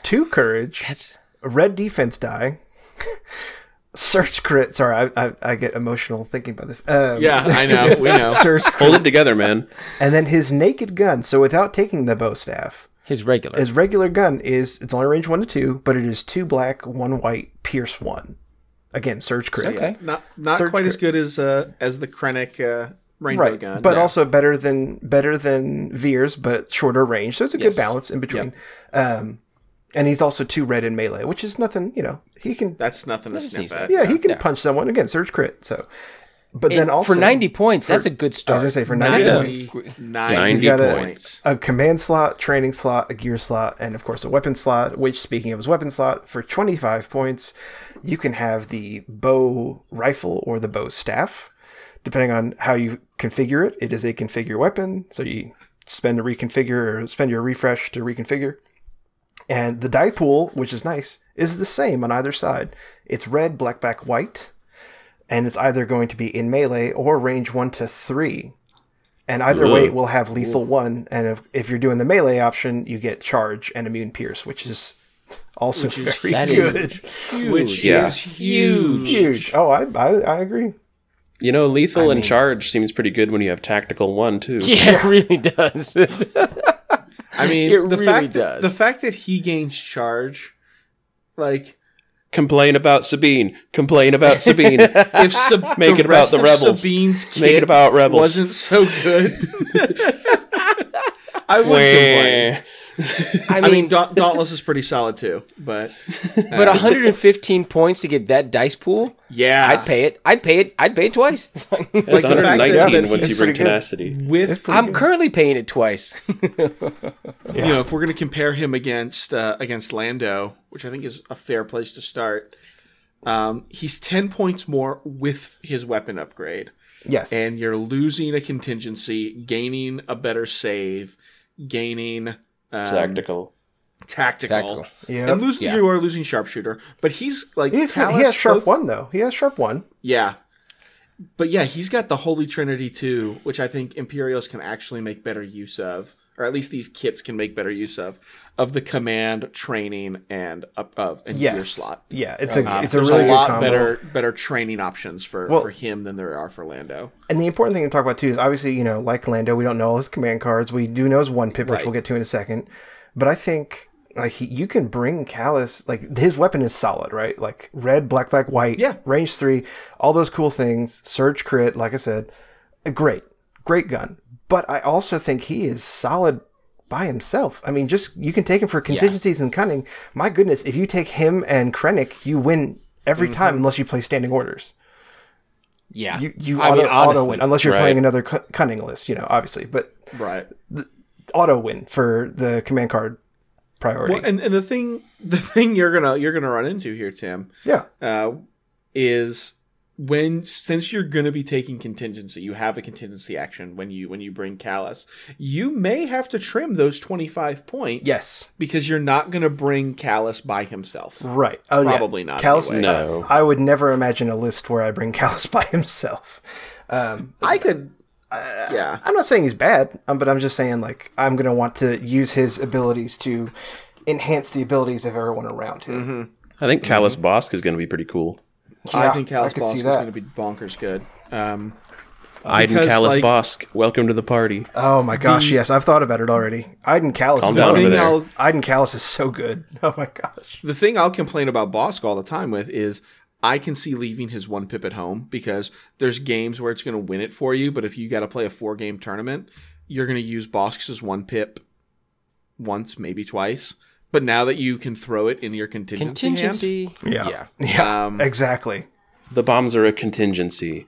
two courage, That's red defense die, search crit. Sorry, I, I, I get emotional thinking about this. Um, yeah. I know. We know. search, Hold it together, man. and then his naked gun. So without taking the bow staff, his regular. his regular gun is it's only range one to two, but it is two black, one white, pierce one. Again, surge crit. okay. Not not Search quite as for- good as uh, as the Krennic uh, rainbow right gun, but also better than better than veers but shorter range so it's a Yes. good balance in between um and he's also two red in melee which is nothing you know he can that's nothing to sniff easy. at. yeah he can punch someone again surge crit so but then also for 90 points, that's a good i start. was gonna say for 90 points 90, 90 He's got a- points. a command slot training slot a gear slot and of course a weapon slot which speaking of his weapon slot for 25 points you can have the bow rifle or the bow staff depending on how you configure it, it is a configure weapon. So you spend a reconfigure or spend your refresh to reconfigure. And the die pool, which is nice, is the same on either side. It's red, black, back, white, and it's either going to be in melee or range one to three. And either way, it will have lethal one. And if, if you're doing the melee option, you get charge and immune pierce, which is also very that is good. Which Yeah. is huge. huge. Oh, I, I I agree. You know, lethal and charge seems pretty good when you have tactical one too. Yeah, it really does. I mean, It the really fact That, does. the fact that he gains charge, like Complain about Sabine. Complain about Sabine. if Sab- Make the it about rest the of rebels. Sabine's kid Make it about rebels. wasn't so good. I would complain. Wah. I mean, Daunt- Dauntless is pretty solid too, but uh, but uh, 115 points to get that dice pool, yeah, I'd pay it. I'd pay it. I'd pay it twice. That's the fact that- 119 that once you he's bring pretty good. tenacity. with I'm currently paying it twice. you know if we're going to compare him against uh, against Lando, which I think is a fair place to start. Um, he's ten points more with his weapon upgrade. Yes. and you're losing a contingency, gaining a better save, gaining um, Tactical. tactical. Tactical. Yep. And losing Yeah. you are losing sharpshooter, but he's like He's, he Talos has sharp both- one though. He has sharp one. Yeah, but yeah, he's got the Holy Trinity too, which I think Imperials can actually make better use of, or at least these kits can make better use of, of the command training and up of and gear Yes. slot. Yeah, it's a Uh, it's a there's really a good lot combo. better better training options for, Well- for him than there are for Lando. And the important thing to talk about too is obviously you know like Lando, we don't know all his command cards. We do know his one pip, which Right. we'll get to in a second. But I think like he, you can bring Callus like his weapon is solid, right? Like red, black, black, white. Yeah. range three, all those cool things. Surge crit, like I said, a great, great gun. But I also think he is solid by himself. I mean, just you can take him for contingencies and cunning. My goodness, if you take him and Krennic, you win Mm-hmm. every time unless you play standing orders. Yeah. You you I auto, mean, honestly, auto win unless you're right. playing another cu- cunning list, you know, obviously, but Right. auto win for the command card priority. Well, and, and the thing the thing you're gonna you're gonna run into here, Tim, yeah, uh, is when since you're gonna be taking contingency, you have a contingency action when you when you bring Callus, you may have to trim those twenty five points. yes, because you're not gonna bring Callus by himself. right. Oh, yeah. Probably not Callus, anyway. No. I would never imagine a list where I bring Callus by himself. Um, I could, uh, yeah, I'm not saying he's bad, um, but I'm just saying like I'm gonna want to use his abilities to enhance the abilities of everyone around him. I think Callus Bosk is going to be pretty cool. Yeah, Mm-hmm. I think Callus I could Bosk see is that. gonna be bonkers good. Um, Iden Because, Callus like- Uh, Bosk, welcome to the party. Oh my gosh, yes, I've thought about it already. Iden Callus, is Calm down one of over the- there. I'll- Iden Callus is so good. Oh my gosh. the thing I'll complain about Bosk all the time with is I can see leaving his one pip at home because there's games where it's going to win it for you, but if you got to play a four game tournament, you're going to use Bosk's one pip once, maybe twice, But now that you can throw it in your contingency, hand, Contingency. Yeah. Yeah. Um, exactly. The bombs are a contingency.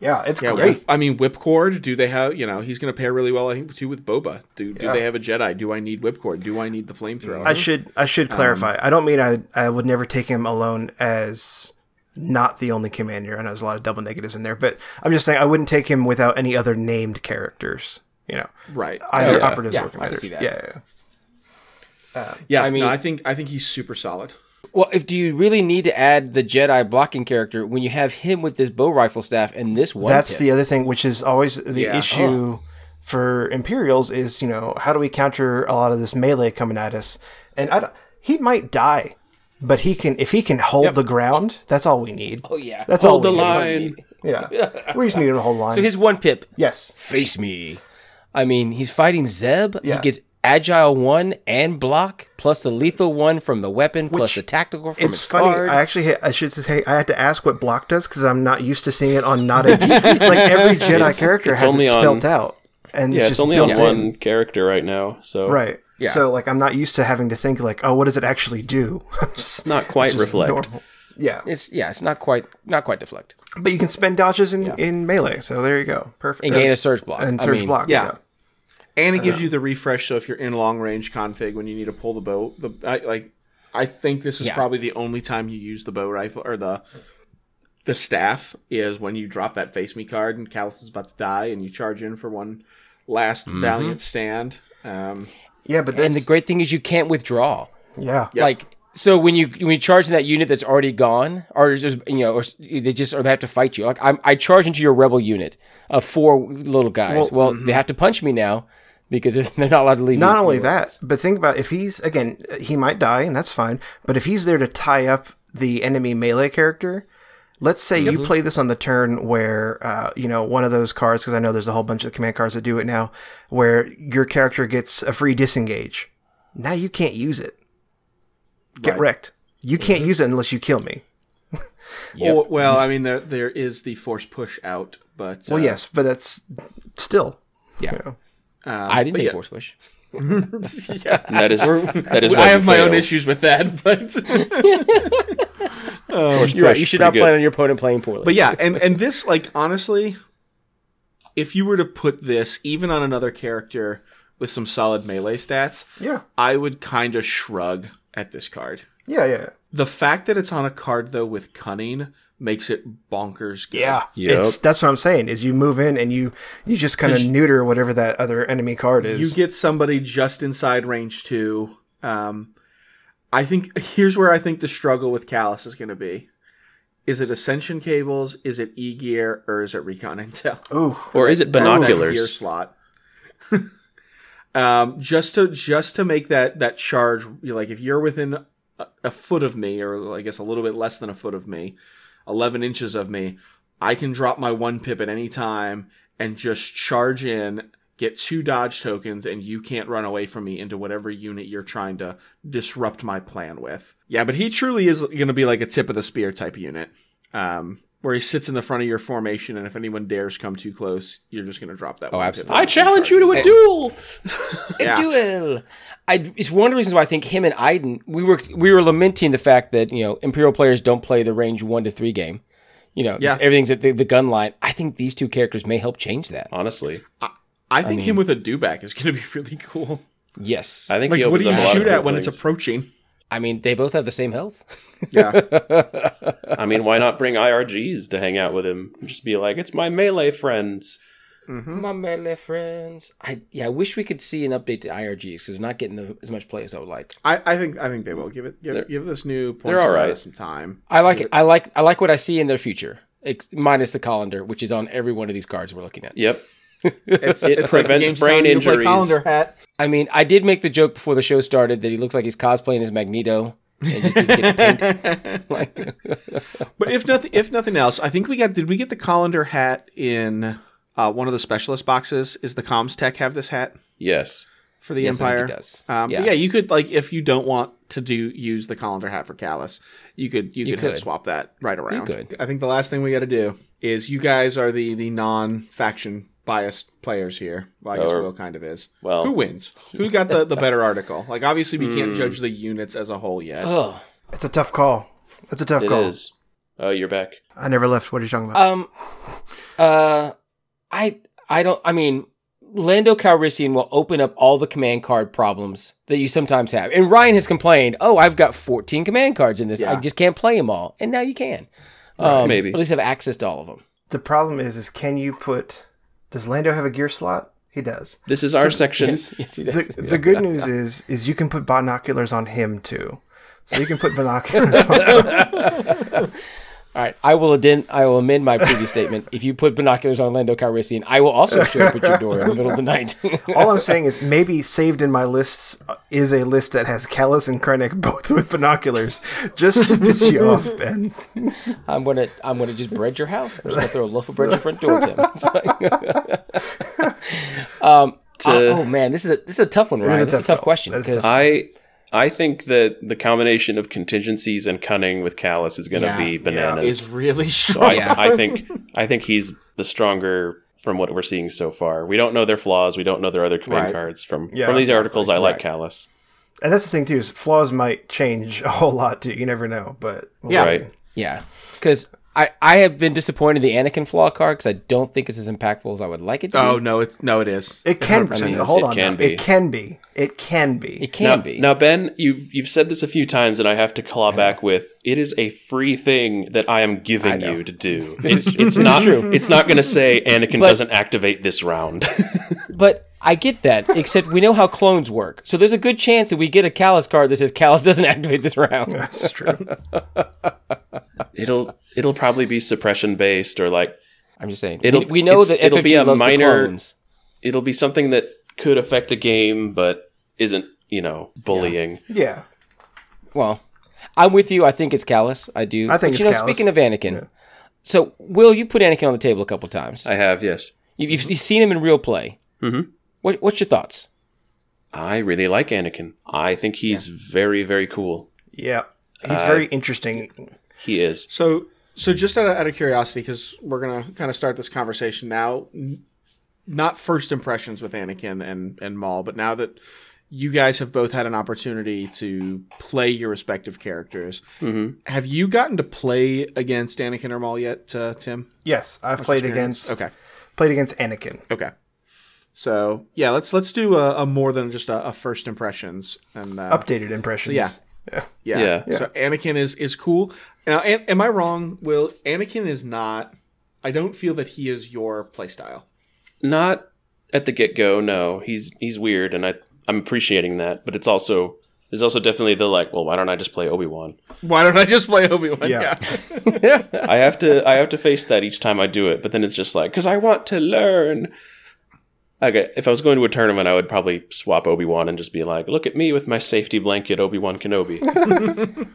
Yeah, it's yeah, great. whip- I mean whipcord. Do they have? You know, he's going to pair really well. I think too with Boba. Do do they have a Jedi? Do I need whipcord? Do I need the flamethrower? I should I Um, should clarify. I don't mean I I would never take him alone as not the only commander. I know there's a lot of double negatives in there, but I'm just saying I wouldn't take him without any other named characters. You know, right. either yeah. operatives Yeah, or I can commander. see that. Yeah, yeah, yeah. I I mean- mean, I think I think he's super solid. Well, if do you really need to add the Jedi blocking character when you have him with this bow rifle staff and this one? that's tip? the other thing, which is always the Yeah. issue for Imperials is you know how do we counter a lot of this melee coming at us? And I don't, he might die, but he can if he can hold the ground. That's all we need. Oh yeah. That's Hold the all we need. line. Yeah, we just need him to hold line. So his one pip, yes, face me. I mean, he's fighting Zeb. Yeah. He gets agile one and block, plus the lethal one from the weapon, plus the tactical from It's his funny. card. I actually ha- I should say I had to ask what block does because I'm not used to seeing it on not a G- like every Jedi It's- character it's has only it on- spelt out and Yeah, it's, it's, just only on built one in. character right now, so right. Yeah. So like I'm not used to having to think like oh what does it actually do? it's not quite reflect. Normal. Yeah, it's yeah, it's not quite not quite deflect. but you can spend dodges in, in melee, so there you go, perfect. Uh, And gain a surge block. and I surge mean, block. yeah. and it gives you the refresh. So if you're in long range config when you need to pull the bow, the I, like I think this is Yeah. probably the only time you use the bow rifle or the the staff is when you drop that face me card and Callus is about to die and you charge in for one last valiant stand. Um, yeah, but And that's the great thing is you can't withdraw. yeah. Like so when you when you charge in that unit that's already gone, or just you know, or s- they just or they have to fight you. Like I'm, I charge into your rebel unit of four little guys. Well, they have to punch me now because they're not allowed to leave. Not you- only you- that, but think about if he's again, he might die, and that's fine. But if he's there to tie up the enemy melee character, let's say Mm-hmm. you play this on the turn where uh, you know one of those cards, because I know there's a whole bunch of command cards that do it now, where your character gets a free disengage. Now you can't use it. Get wrecked. You Mm-hmm. can't use it unless you kill me. Yep. or- well, I mean there there is the force push out, but Well, uh, yes, but that's still. Yeah. you know. um, I didn't but take yeah. force push. yeah. That is that is. Why I have you my own fail. issues with that, but Force You're right. push, You should pretty not good. plan on your opponent playing poorly. But yeah, and and this like honestly, if you were to put this even on another character with some solid melee stats, yeah, I would kind of shrug at this card. yeah, yeah, The fact that it's on a card though with cunning makes it bonkers good. Yep. It's that's what I'm saying. Is you move in and you you just kind of neuter whatever that other enemy card is. You get somebody just inside range two. Um, I think here's where I think the struggle with Callus is going to be. Is it ascension cables? Is it e gear? Or is it recon intel? Or is it that gear binoculars? slot. um, just to just to make that that charge you know, like if you're within a, a foot of me or I guess a little bit less than a foot of me, eleven inches of me, I can drop my one pip at any time and just charge in. Get two dodge tokens, and you can't run away from me into whatever unit you're trying to disrupt my plan with. Yeah, but he truly is going to be like a tip of the spear type unit um, where he sits in the front of your formation, and if anyone dares come too close, you're just going to drop that. Oh, absolutely. I challenge you to a duel. yeah. duel. I, it's one of the reasons why I think him and Iden we were we were lamenting the fact that you know Imperial players don't play the range one to three game. You know, Yeah. everything's at the, the gun line. I think these two characters may help change that. Honestly, I think him with a dewback is going to be really cool. Yes, I think Like, he what opens do you up a lot shoot of at when it's things. approaching? I mean they both have the same health. Yeah, I mean, why not bring IRGs to hang out with him? Just be like, it's my melee friends. Mm-hmm. My melee friends. I yeah, I wish we could see an update to IRGs because they're not getting the, as much play as I would like. I, I think I think they will give it give, give this new point they're all right. some time. I like it. I like I like what I see in their future, ex- minus the colander, which is on every one of these cards we're looking at. Yep. It's, It it's like the prevents game's brain telling you to play injuries. Colander hat. I mean, I did make the joke before the show started that he looks like he's cosplaying as Magneto and just didn't get the paint. Like, But if nothing if nothing else, I think we got did we get the colander hat in uh, one of the specialist boxes? Is the comms tech have this hat Yes. for the Yes, I think Empire? it does. Um, Yeah. yeah. yeah, you could like if you don't want to do use the colander hat for Callus, you could you, could, hit could. swap that right around. could. I think the last thing we got to do is you guys are the the non faction biased players here. Well, I guess Or- Will kind of is. well- who wins? Who got the, the better article? Like, obviously, we Hmm. can't judge the units as a whole yet. Oh, It's a tough call. It's a tough It call. is. Oh, you're back. I never left. What are you talking about? um, uh, I I don't. I mean, Lando Calrissian will open up all the command card problems that you sometimes have. And Ryan has complained, "Oh, I've got 14 command cards in this. I Yeah. just can't play them all." And now you can. Right, Um, maybe. at least have access to all of them. the problem is, is can you put? Does Lando have a gear slot? He does. This is our section. yes, he The, the good news is, is you can put binoculars on him too. So you can put binoculars on All right, I will aden- I will amend my previous statement. If you put binoculars on Lando Calrissian, I will also show up at your door in the middle of the night. All I'm saying is maybe saved in my lists uh, is a list that has Callus and Krennic both with binoculars, just to piss you off, Ben. I'm gonna I'm gonna just bread your house. I'm just gonna throw a loaf of bread at your front door, Tim. It's like- um, I- oh man, this is a this is a tough one, Ryan. This is a tough tough call. question That is 'cause I I think that the combination of contingencies and cunning with Callus is going to Yeah, be yeah, bananas. Is really So I, strong. I think I think he's the stronger from what we're seeing so far. We don't know their flaws. We don't know their other command Right. cards from Yeah, from these articles. I like Right. Callus. And that's the thing too is flaws might change a whole lot too. You never know, but Yeah. Right. yeah, because I I have been disappointed in the Anakin flaw card because I don't think it's as impactful as I would like it to. be. Oh no, it no, it is. it can be. 100% is. Hold It on, can now. be. it can be, it can be. it Now, can be. now, Ben, you've you've said this a few times, and I have to claw back with it is a free thing that I am giving you to do. It- it's not true. It's not going to say Anakin doesn't activate this round. But I get that, except we know how clones work. So there's a good chance that we get a Callus card that says Callus doesn't activate this round. That's true. it'll it'll probably be suppression based or like I'm just saying. It'll- we, we know it's- that it'll it'll be be a loves minor. minor- The clones. it'll be something that could affect a game but isn't you know bullying Yeah, Well, I'm with you. I think it's Callus. I do. I think But, you it's know, Callus. speaking of Anakin, so Will, you put Anakin on the table a couple times. i have yes you, you've, you've seen him in real play. Mm-hmm. Mhm. What, what's your thoughts? i really like anakin i think he's very very cool yeah. He's very Uh, interesting. he is So so just out of, out of curiosity, because we're gonna kind of start this conversation now. n- Not first impressions with Anakin and and Maul, but now that you guys have both had an opportunity to play your respective characters, have you gotten to play against Anakin or Maul yet, uh, Tim? Yes, I've played against Okay. played against Anakin. Okay. So yeah, let's let's do a, a more than just a, a first impressions and uh, Updated impressions. yeah. yeah. Yeah. So Anakin is is cool. Now, am, am I wrong? Will Anakin is not? I don't feel that he is your playstyle. not at the get-go no he's he's weird and i i'm appreciating that but it's also there's also definitely the like well why don't i just play obi-wan Why don't I just play Obi Wan? Yeah. i have to i have to face that each time i do it but then it's just like because i want to learn okay if i was going to a tournament i would probably swap obi-wan and just be like look at me with my safety blanket obi-wan kenobi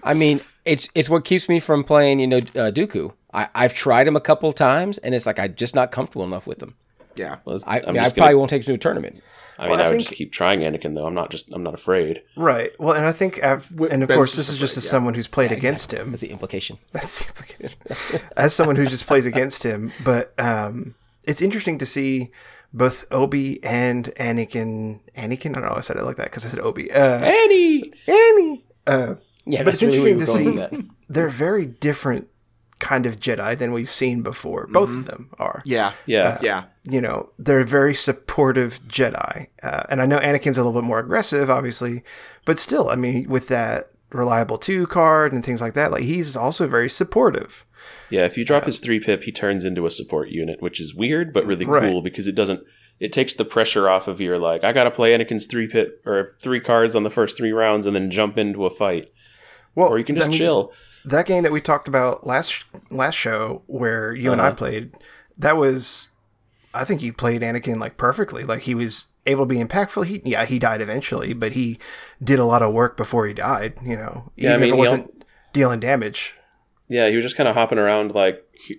I mean, it's it's what keeps me from playing, you know, uh, Dooku. I, I've tried him a couple times, and it's like I'm just not comfortable enough with him. yeah. Well, I, I'm I, mean, I just probably gonna- won't take him to a tournament. I mean, Well, I I would think- just keep trying Anakin though. I'm not just I'm not afraid. Right. Well, and I think I've and of Ben's course just this is a just player, as yeah. someone who's played against him. That's the implication. That's the implication. As someone who just plays against him, but um, it's interesting to see both Obi and Anakin. Anakin, I don't know. I said it like that because I said Obi. Uh, Annie. Annie. Uh, Yeah, but it's that's really where interesting to you were going see. with that. They're very different kind of Jedi than we've seen before. Both of them are. Yeah. Yeah. Yeah. You know, they're very supportive Jedi, uh, and I know Anakin's a little bit more aggressive, obviously, but still, I mean, with that reliable two card and things like that, like he's also very supportive. Yeah. If you drop his three pip, he turns into a support unit, which is weird but really Right. cool because it doesn't. It takes the pressure off of your like. I gotta play Anakin's three pip or three cards on the first three rounds and then jump into a fight, Well, or you can I just mean, chill. that game that we talked about last last show where you and I Uh-huh. played, that was I think you played Anakin like perfectly. Like he was able to be impactful. He yeah, he died eventually, but he did a lot of work before he died, you know. Even I mean, if it he wasn't dealing damage. Yeah, he was just kind of hopping around like. he-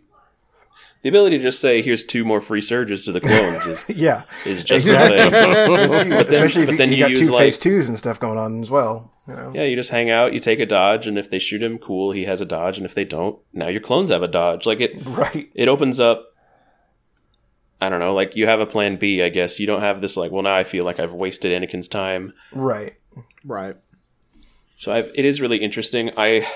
the ability to just say "Here's two more free surges to the clones" is, Yeah. is just a thing. Especially if but you, then you you got use, two phase like- twos and stuff going on as well. You know? Yeah, you just hang out, you take a dodge, and if they shoot him, cool, he has a dodge, and if they don't, now your clones have a dodge. Like it, Right. it opens up I don't know, like you have a plan B, I guess. You don't have this like, well, now I feel like I've wasted Anakin's time. Right. Right. So i it is really interesting. I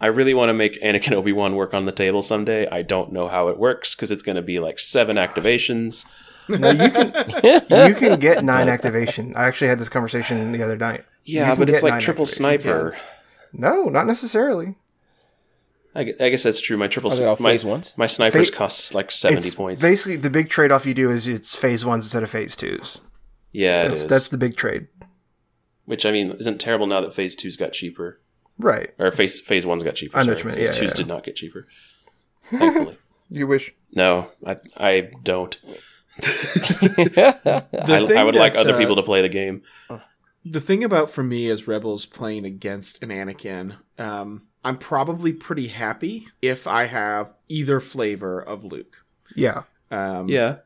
I really want to make Anakin Obi Wan work on the table someday. I don't know how it works because it's going to be like seven activations. No, you can you can get nine activation. I actually had this conversation the other night. You Yeah, can but it's get like nine triple activations. sniper. No, not necessarily. I, gu- I guess that's true. My triple Oh, Are they all sniper my, phase ones? my snipers Fa- costs like seventy It's points. basically the big trade off you do is it's phase ones instead of phase twos. yeah, it That's is. that's the big trade. Which I mean isn't terrible now that phase two's got cheaper. Right. Or phase phase one's got cheaper. I know Sorry. what you mean. Phase Yeah, two's yeah. did not get cheaper. Thankfully. You wish No, I I don't. The I, thing I would like that's, other uh, people to play the game. The thing about for me is Rebels playing against an Anakin. Um, I'm probably pretty happy if I have either flavor of Luke. Yeah. Um, Yeah.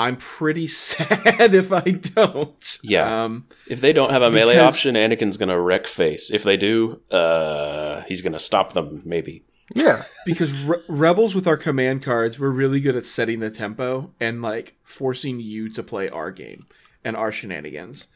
I'm pretty sad if I don't. Yeah. Um, If they don't have a melee Because- option, Anakin's gonna wreck face. If they do, uh, he's gonna stop them. Maybe. Yeah. because re- Rebels with our command cards, we're really good at setting the tempo and like forcing you to play our game and our shenanigans.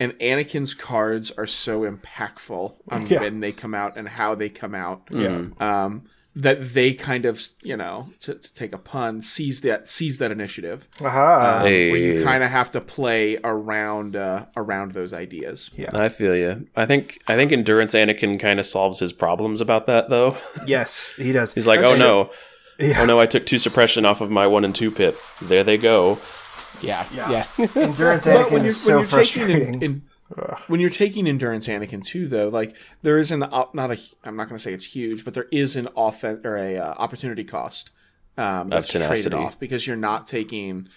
And Anakin's cards are so impactful on Yeah. when they come out and how they come out. Yeah. um, that they kind of you know to, to take a pun seize that seize that initiative Aha. um, where you Hey. kind of have to play around uh, around those ideas I feel you. I think I think endurance Anakin kind of solves his problems about that though. Uh, yes, he does. He's like, That's oh true. no, Yeah. oh no, I took two suppression off of my one and two pip. There they go. Yeah. Yeah. Yeah. Endurance But Anakin is so frustrating. taking in, in, when you're taking endurance Anakin too, though, like there is an op- not a I'm not going to say it's huge, but there is an offense or a uh, opportunity cost um, that's traded tenacity. off because you're not taking,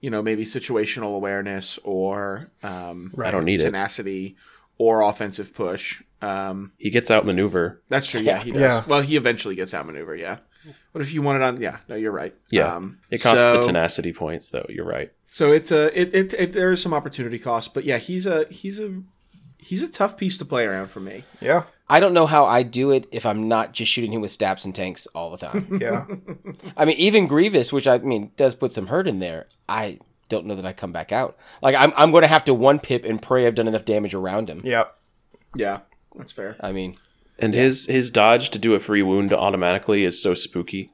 you know, maybe situational awareness or um, I don't need it. tenacity or offensive push. Um, He gets out maneuver. that's true. Yeah, he does. Yeah. Well, he eventually gets outmaneuvered. Yeah. But if you want it on, yeah, no, you're right. Yeah. Um, It costs so, the tenacity points though. You're right. So it's a it, it it there is some opportunity cost, but yeah, he's a he's a he's a tough piece to play around for me. yeah. I don't know how I do it if I'm not just shooting him with stabs and tanks all the time. Yeah. I mean, even Grievous, which I mean does put some hurt in there. I don't know that I come back out. Like I'm, I'm going to have to one pip and pray I've done enough damage around him. Yeah. Yeah, that's fair. I mean, And his his dodge to do a free wound automatically is so spooky.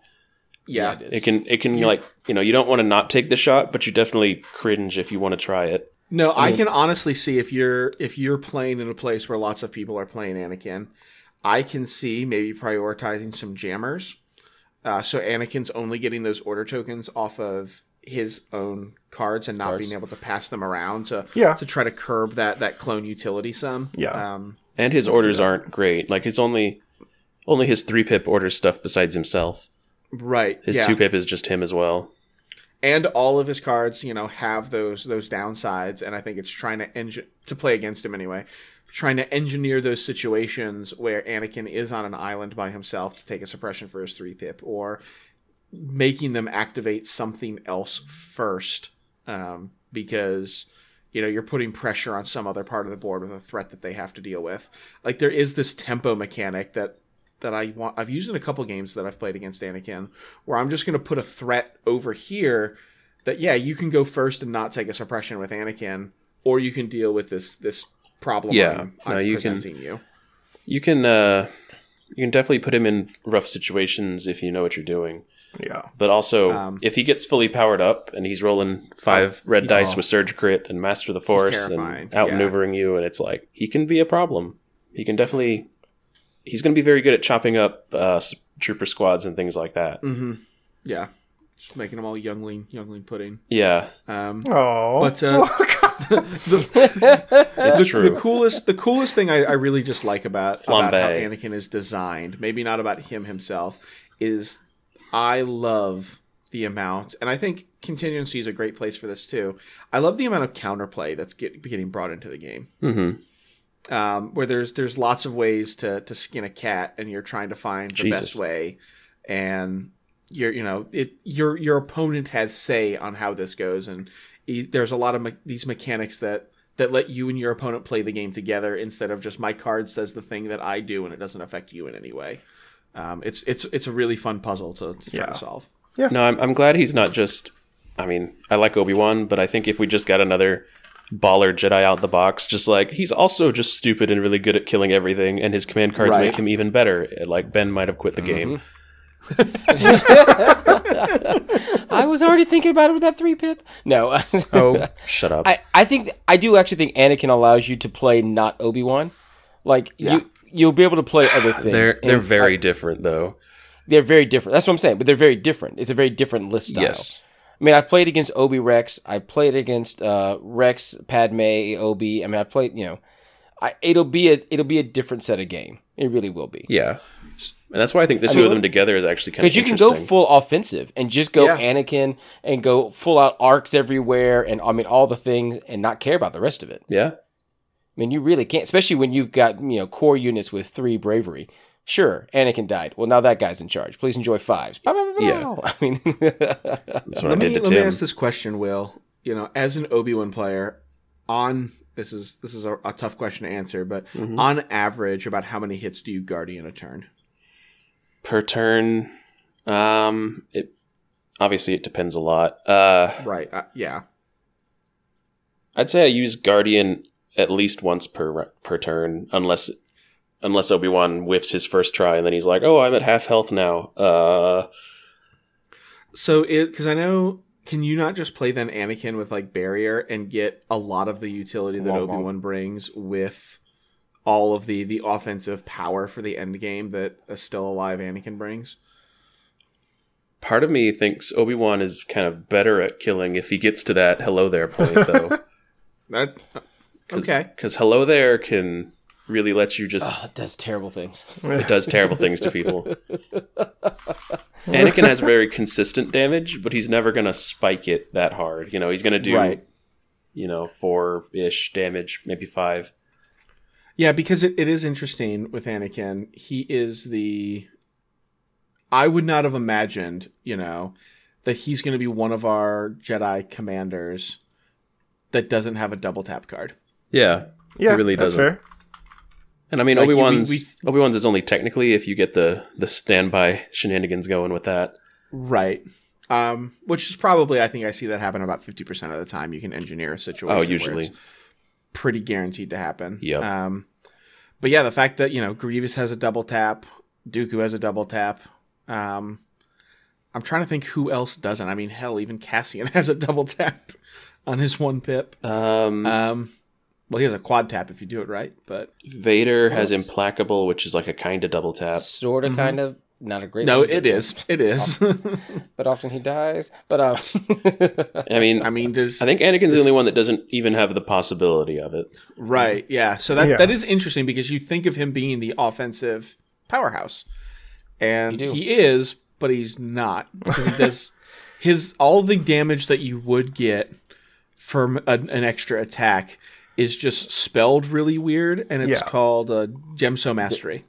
Yeah, it is. It can it can like you know you don't want to not take the shot, but you definitely cringe if you want to try it. no, I can honestly see if you're if you're playing in a place where lots of people are playing Anakin, I can see maybe prioritizing some jammers. Uh, so Anakin's only getting those order tokens off of his own cards and not Cards. being able to pass them around to Yeah. to try to curb that that clone utility some. Yeah. Um, And his orders aren't great. Like his only only his three pip orders stuff besides himself. right. His yeah. two pip is just him as well. and all of his cards, you know, have those those downsides, and I think it's trying to engine to play against him anyway, trying to engineer those situations where Anakin is on an island by himself to take a suppression for his three pip, or making them activate something else first, um, because you know you're putting pressure on some other part of the board with a threat that they have to deal with. Like there is this tempo mechanic that that I want. I've used in a couple games that I've played against Anakin, where I'm just going to put a threat over here that yeah you can go first and not take a suppression with Anakin, or you can deal with this this problem. Yeah. I'm, No, I'm you can- presenting you. You can uh you can definitely put him in rough situations if you know what you're doing. Yeah. But also Um, Oh, if he gets fully powered up and he's rolling five red he's dice all- with surge crit and master the force terrifying, and yeah. outmaneuvering you and it's like he can be a problem. He can definitely he's going to be very good at chopping up uh s- trooper squads and things like that. hmm Yeah, just making them all youngling youngling pudding. Yeah, Um, Oh. But, uh, it's the, true. the coolest the coolest thing I, I really just like about, about how Flambe. Anakin is designed, maybe not about him himself, is I love the amount, and I think contingency is a great place for this too. I love the amount of counterplay that's get, getting brought into the game hmm um, where there's there's lots of ways to to skin a cat, and you're trying to find the Jesus. best way, and you're you know it your your opponent has say on how this goes, and e- there's a lot of me- these mechanics that that let you and your opponent play the game together instead of just my card says the thing that I do and it doesn't affect you in any way. Um, it's it's it's a really fun puzzle to, to try Yeah. to solve. No, I'm, I'm glad he's not just I mean, I like Obi Wan, but I think if we just got another baller Jedi out the box, just like he's also just stupid and really good at killing everything, and his command cards Right. make him even better. Like Ben might have quit the Mm-hmm. game. I was already thinking about it with that three pip. No, Oh, shut up! I, I think I do actually think Anakin allows you to play not Obi Wan. Like you, you'll be able to play other things. they're they're And very different though. they're very different. That's what I'm saying. But they're very different. It's a very different list style. Yes. I mean, I played against Obi Rex. I played against uh, Rex, Padme, Obi. I mean, I played. You know, I, it'll be a it'll be a different set of game. It really will be. Yeah, and that's why I think the two of them together is actually kind of Because you can go interesting. full offensive and just go Yeah. Anakin and go full out arcs everywhere and I mean all the things and not care about the rest of it. yeah, I mean, you really can't, especially when you've got you know core units with three bravery. Sure, Anakin died. Well, now that guy's in charge. Please enjoy fives. Bah, bah, bah, bah. Yeah. I mean, that's what Uh, Let I me did to let me Tim. ask this question, Will. You know, as an Obi Wan player, on this is this is a, a tough question to answer, but Mm-hmm. on average, about how many hits do you guardian a turn? per turn. Um, it obviously it depends a lot. Uh, Right. Uh, yeah. I'd say I use Guardian at least once per per turn, unless unless Obi Wan whiffs his first try and then he's like, "Oh, I'm at half health now." Uh, So it because I know. Can you not just play then Anakin with like barrier and get a lot of the utility that Womp womp. Obi Wan brings with all of the the offensive power for the end game that a still alive Anakin brings? part of me thinks Obi Wan is kind of better at killing if he gets to that "hello there" point, though. That uh, okay. because "hello there" can really let you Oh, just it does terrible things. it does terrible things to people. Anakin has very consistent damage, but he's never gonna spike it that hard. You know, he's gonna do Right. you know four ish damage, maybe five. Yeah, because it, it is interesting with Anakin. He is the. I would not have imagined, you know, that he's going to be one of our Jedi commanders that doesn't have a double tap card. Yeah, Yeah, really that's doesn't. fair. And I mean, Like, Obi we- Wan's we- Obi Wan's is only technically if you get the the standby shenanigans going with that. Right. Um, which is probably, I think I see that happen about 50% of the time. You can engineer a situation. Oh, where usually, it's pretty guaranteed to happen. Yep. Um, but yeah, the fact that, you know, Grievous has a double tap, Dooku has a double tap. Um, I'm trying to think who else doesn't. I mean, hell, even Cassian has a double tap on his one pip. um, Um, well, he has a quad tap if you do it right, but Vader has else? implacable, which is like a kind of double tap. Sort of, kind of, not a great. no, one, it but- is. It is. Oh. But often he dies. But uh, um, I mean, I i mean, does think Anakin's the only one that doesn't even have the possibility of it. Right. Yeah. So that Yeah. that is interesting because you think of him being the offensive powerhouse, and You do. he is, but he's not because he does his all the damage that you would get from a, an extra attack is just spelled really weird, and it's Yeah. called uh, Gemso Mastery.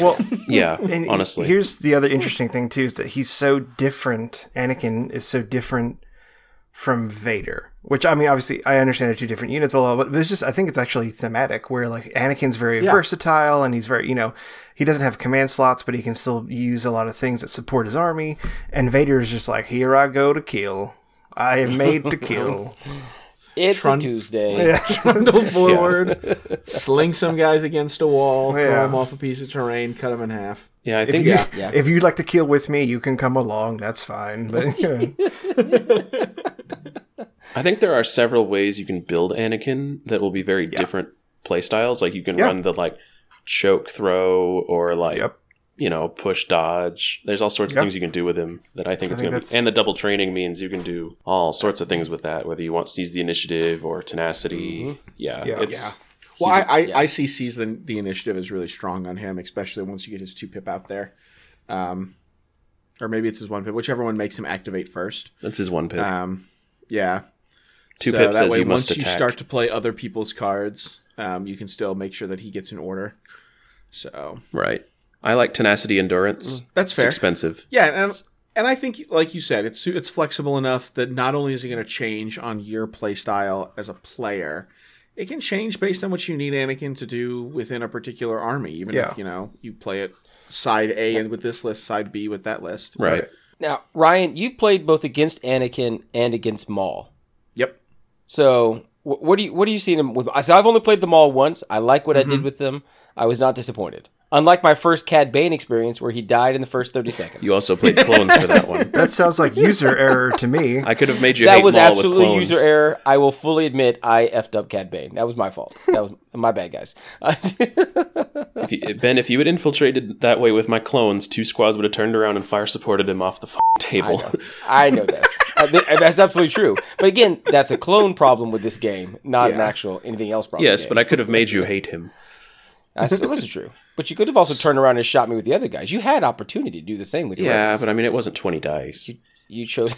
Well, Yeah, and honestly, here's the other interesting thing too is that he's so different. Anakin is so different from Vader, which I mean, obviously, I understand they're two different units, blah, blah, blah, but it's just I think it's actually thematic where like Anakin's very versatile and he's very you know he doesn't have command slots, but he can still use a lot of things that support his army, and Vader is just like here I go to kill. I am made to kill. it's Tron- a Tuesday. Trundle forward, sling some guys against a wall, throw Yeah. them off a piece of terrain, cut them in half. yeah, I think yeah. Yeah. If you'd like to kill with me, you can come along. That's fine. But, I think there are several ways you can build Anakin that will be very different playstyles. Like you can Yeah. run the like choke throw or like Yep. you know push dodge. There's all sorts of Yeah. things you can do with him that I think it's think going to that's- be. And the double training means you can do all sorts of things with that, whether you want seize the initiative or tenacity. Yeah, Yeah. it's Mm-hmm. Yeah. Well, I, I, I see sees the, the initiative is really strong on him, especially once you get his two pip out there. Um, or maybe it's his one pip, whichever one makes him activate first. that's his one pip. Um, yeah. Two So pips that says way, you must once attack. you start to play other people's cards, um, you can still make sure that he gets an order. So right. I like tenacity endurance. Mm. that's It's fair. expensive. Yeah, and and I think, like you said, it's it's flexible enough that not only is it going to change on your play style as a player, it can change based on what you need Anakin to do within a particular army. Even Yeah. if you know you play it side A and with this list, side B with that list. Right. Now, Ryan, you've played both against Anakin and against Maul. Yep. So, wh- what do you what do you see them with? So I've only played them all once. I like what Mm-hmm. I did with them. I was not disappointed. Unlike my first Cad Bane experience, where he died in the first thirty seconds. You also played clones for that one. That sounds like user error to me. I could have made you that hate was Maul with absolutely clones. user error. I will fully admit I effed up Cad Bane. That was my fault. That was my bad, guys. If you- ben, if you had infiltrated that way with my clones, two squads would have turned around and fire supported him off the f- table. I know this. Uh, th- that's absolutely true. But again, that's a clone problem with this game, not an actual anything else problem. yes, but I could have made you hate him. That's, well, this is true. But you could have also turned around and shot me with the other guys. You had opportunity to do the same with your Yeah, rebels. but I mean, it wasn't 20 dice. you chose.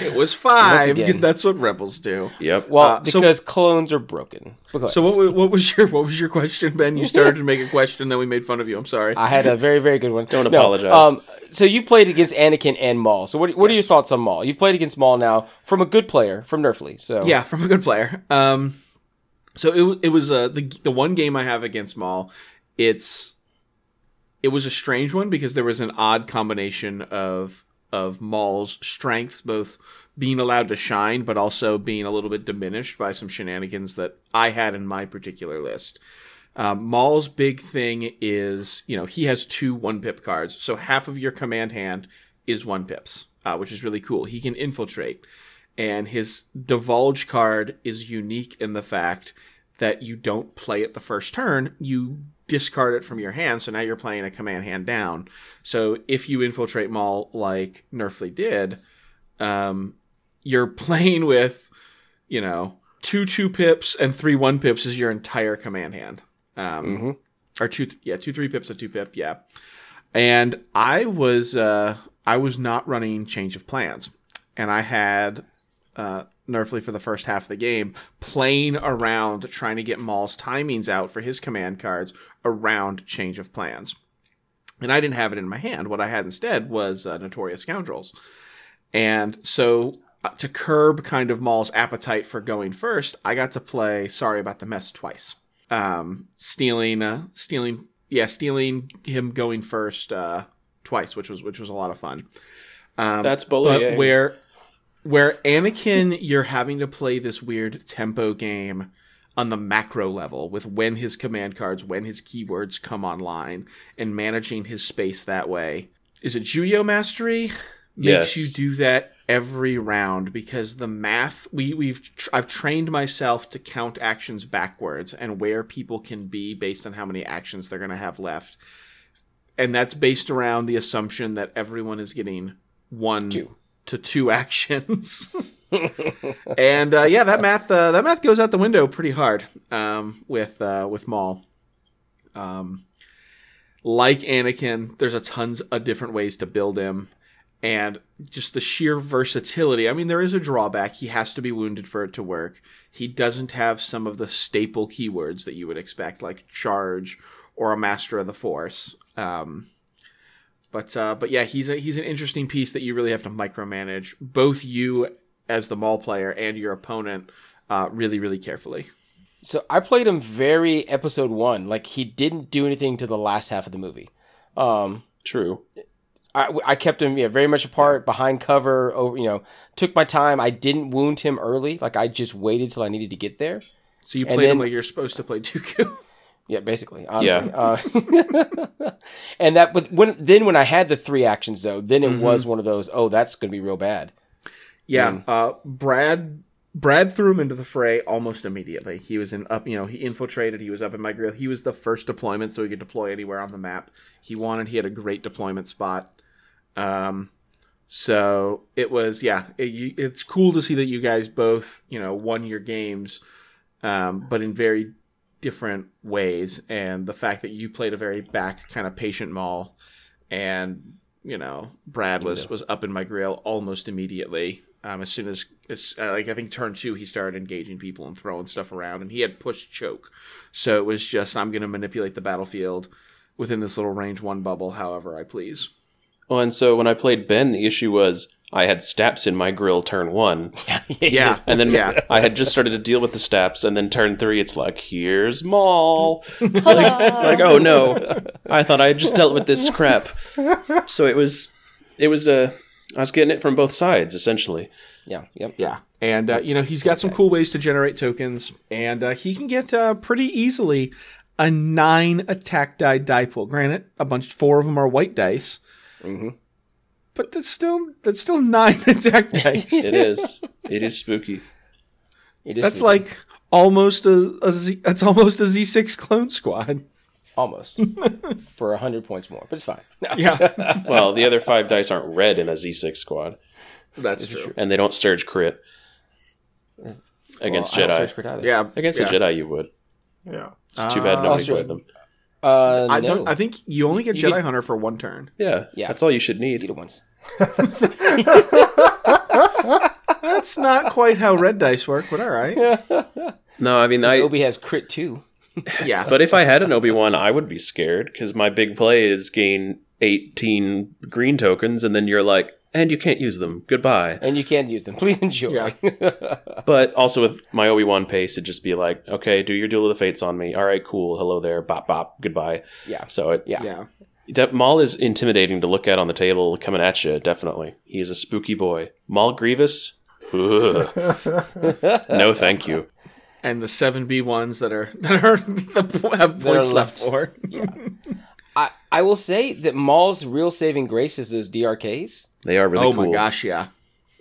It was five again. because that's what rebels do. Yep. well, Uh, so- because clones are broken. But go ahead. So what? wa- What was your What was your question, Ben? You started to make a question, then we made fun of you. I'm sorry. I had a very, very good one. Don't apologize. so you played against Anakin and Maul. So what, what are your thoughts on Maul? You've played against Maul now from a good player, from Nerfly. So Yeah, from a good player. Um, so it wa- it was uh, the the one game I have against Maul. It's it was a strange one because there was an odd combination of of Maul's strengths, both being allowed to shine, but also being a little bit diminished by some shenanigans that I had in my particular list. Um, Maul's big thing is, you know, he has two one pip cards. So half of your command hand is one pips, uh, which is really cool. He can infiltrate. And his divulge card is unique in the fact that you don't play it the first turn, you discard it from your hand. So now you're playing a command hand down. So if you infiltrate Maul like Nerfly did, um, you're playing with, you know, two two pips and three one pips is your entire command hand. Um, Or two, yeah, two three pips, a two pip, yeah. And I was, uh, I was not running change of plans, and I had uh, Nerfly for the first half of the game, playing around trying to get Maul's timings out for his command cards around change of plans. And I didn't have it in my hand. What I had instead was uh, Notorious Scoundrels. And so, uh, to curb kind of Maul's appetite for going first, I got to play Sorry About the Mess twice. Um, stealing, uh, stealing, yeah, stealing him going first uh, twice, which was which was a lot of fun. Um, That's but bullying. where where Anakin, you're having to play this weird tempo game on the macro level with when his command cards, when his keywords come online, and managing his space that way. Is it Juyo Mastery? Makes Yes. you do that every round because the math we we've tr- I've trained myself to count actions backwards and where people can be based on how many actions they're going to have left. And that's based around the assumption that everyone is getting one to two actions. and uh, yeah, that math uh, that math goes out the window pretty hard um, with uh, with Maul. Um, like Anakin, there's a tons of different ways to build him, and just the sheer versatility. I mean, there is a drawback; he has to be wounded for it to work. He doesn't have some of the staple keywords that you would expect, like charge or a master of the force. Um, but uh, but yeah, he's a, he's an interesting piece that you really have to micromanage both you as the mall player and your opponent uh, really really carefully. So I played him very episode one. Like he didn't do anything to the last half of the movie. Um, True. I, I kept him yeah, very much apart, behind cover. Over, you know, took my time. I didn't wound him early. Like I just waited till I needed to get there. So you And played him then- like you're supposed to play Dooku. Yeah, basically, honestly. Uh, and that, but when then when I had the three actions though, then it was one of those. Oh, that's going to be real bad. yeah, uh, Brad Brad threw him into the fray almost immediately. He was in up, you know, he infiltrated. He was up in my grill. He was the first deployment, so he could deploy anywhere on the map he wanted. He had a great deployment spot. Um, so it was, yeah, it, you- it's cool to see that you guys both, you know, won your games, um, but in very different ways. And the fact that you played a very back kind of patient mall, and you know, Brad was was up in my grill almost immediately. Um, as soon as, as uh, like I think turn two, he started engaging people and throwing stuff around, and he had push choke, so it was just I'm going to manipulate the battlefield within this little range one bubble, however I please. Oh, Well, and so when I played Ben, the issue was I had staps in my grill turn one, Yeah. and then yeah. I had just started to deal with the staps, and then turn three, it's like here's Maul. like, like, oh no, I thought I had just dealt with this crap. So it was, it was Uh, I was getting it from both sides essentially. Yeah. Yep. Yeah. And, uh, you know, he's got some cool ways to generate tokens, and uh, he can get uh, pretty easily a nine attack die die pool. Granted, a bunch, four of them are white dice. Mm-hmm. But that's still that's still nine attack dice. It is. It is spooky. It is That's sneaky. like almost a, a Z, that's almost a Z6 clone squad. almost for a hundred points more, but it's fine. No. Yeah, Well, the other five dice aren't red in a Z6 squad, that's true. and they don't surge crit against Well, I don't Jedi. search for it either. Yeah, Against yeah. the Jedi, you would. Yeah. It's too bad nobody also- played them. Uh, I no. don't. I think you only get You Jedi get- Hunter for one turn. Yeah, Yeah. that's all you should need. Eat it once. That's not quite how red dice work, but all right. No, I mean, I. Obi has crit too. Yeah, but if I had an Obi Wan, I would be scared because my big play is gain eighteen green tokens, and then you're like, and you can't use them. Goodbye. and you can use them. Please enjoy. Yeah. But also with my Obi Wan pace, it'd just be like, okay, do your Duel of the Fates on me. All right, cool. Hello there. Bop bop. Goodbye. Yeah. So it, Yeah. yeah, That Maul is intimidating to look at on the table coming at you, definitely. He is a spooky boy. Maul Grievous? Ugh. no, thank you. and the seven B ones that are that are that have That are points left left. for. I, I will say that Maul's real saving grace is those DRKs. They are really oh cool. my gosh, yeah,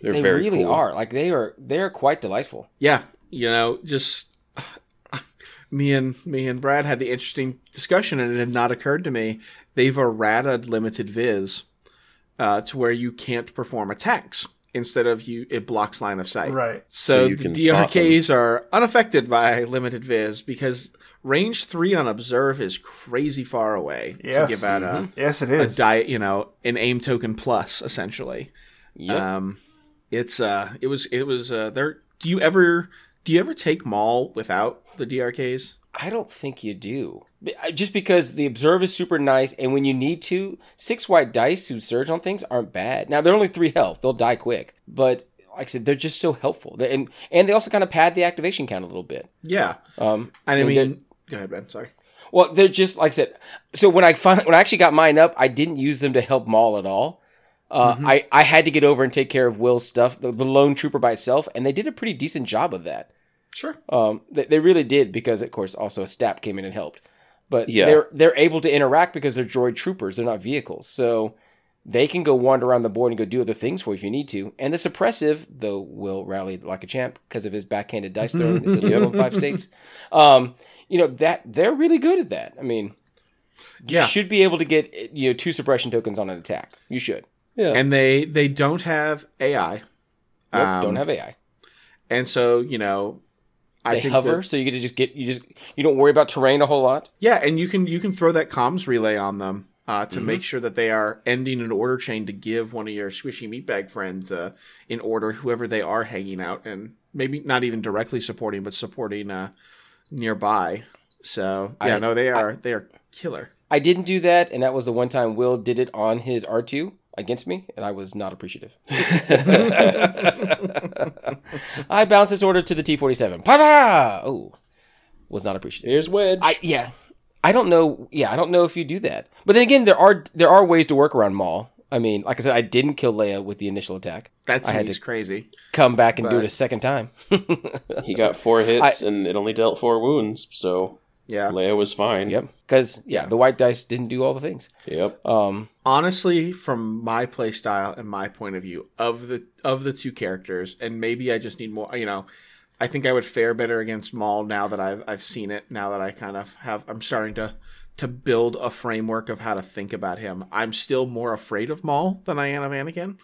They're They very really cool. are. Like they are they are quite delightful. yeah. You know, just me and me and Brad had the interesting discussion, and it had not occurred to me they've errated limited viz uh, to where you can't perform attacks. Instead of you, it blocks line of sight. Right. So, you the can spot them. DRKs are unaffected by limited viz because range three on observe is crazy far away to Yes. Mm-hmm. give out a, Yes, it a is. diet, you know, an aim token plus essentially. Yep. Uh, Um, it's uh, it was it was uh, there. Do you ever do you ever take Maul without the DRKs? I don't think you do. B- I- Just because the observe is super nice, and when you need to, six white dice who surge on things aren't bad. Now they're only three health; they'll die quick. But like I said, they're just so helpful, They- and and they also kind of pad the activation count a little bit. Yeah, Um, and I And mean, go ahead, Ben. Sorry. Well, they're just like I said. So when I finally, when I actually got mine up, I didn't use them to help Maul at all. Uh, I I had to get over and take care of Will's stuff, the, the lone trooper by itself, and they did a pretty decent job of that. Sure. Um, they, they really did because, of course, also a stab came in and helped. But Yeah. they're they're able to interact because they're droid troopers. They're not vehicles, so they can go wander around the board and go do other things for you if you need to. And the suppressive, though, will rally like a champ because of his backhanded dice throwing. that's illegal in five states. Um, you know that they're really good at that. I mean, you Yeah. should be able to get you know two suppression tokens on an attack. You should. And they they don't have AI, Nope, Um, don't have AI. and so you know, I They think hover, that- so you get to just get you just you don't worry about terrain a whole lot. Yeah, and you can you can throw that comms relay on them uh, to Mm-hmm. make sure that they are ending an order chain to give one of your squishy meatbag friends uh, in order whoever they are hanging out and maybe not even directly supporting but supporting uh, nearby. So yeah, I- no, they are they are killer. I didn't do that, and that was the one time Will did it on his R2 against me, and I was not appreciative. I bounced this order to the T47. Pa Oh, was not appreciative. Here's Wedge. I yeah, I don't know. Yeah, I don't know if you do that. But then again, there are there are ways to work around Maul. I mean, like I said, I didn't kill Leia with the initial attack. That's I had to crazy. come back and do it a Right. second time. he got four hits, and it only dealt four wounds, so Yeah. Leia was fine. yep, because yeah, the white dice didn't do all the things. Yep. Um, honestly from my playstyle and my point of view of the of the two characters and maybe i just need more you know i think i would fare better against maul now that i've i've seen it now that i kind of have i'm starting to to build a framework of how to think about him i'm still more afraid of maul than i am of anakin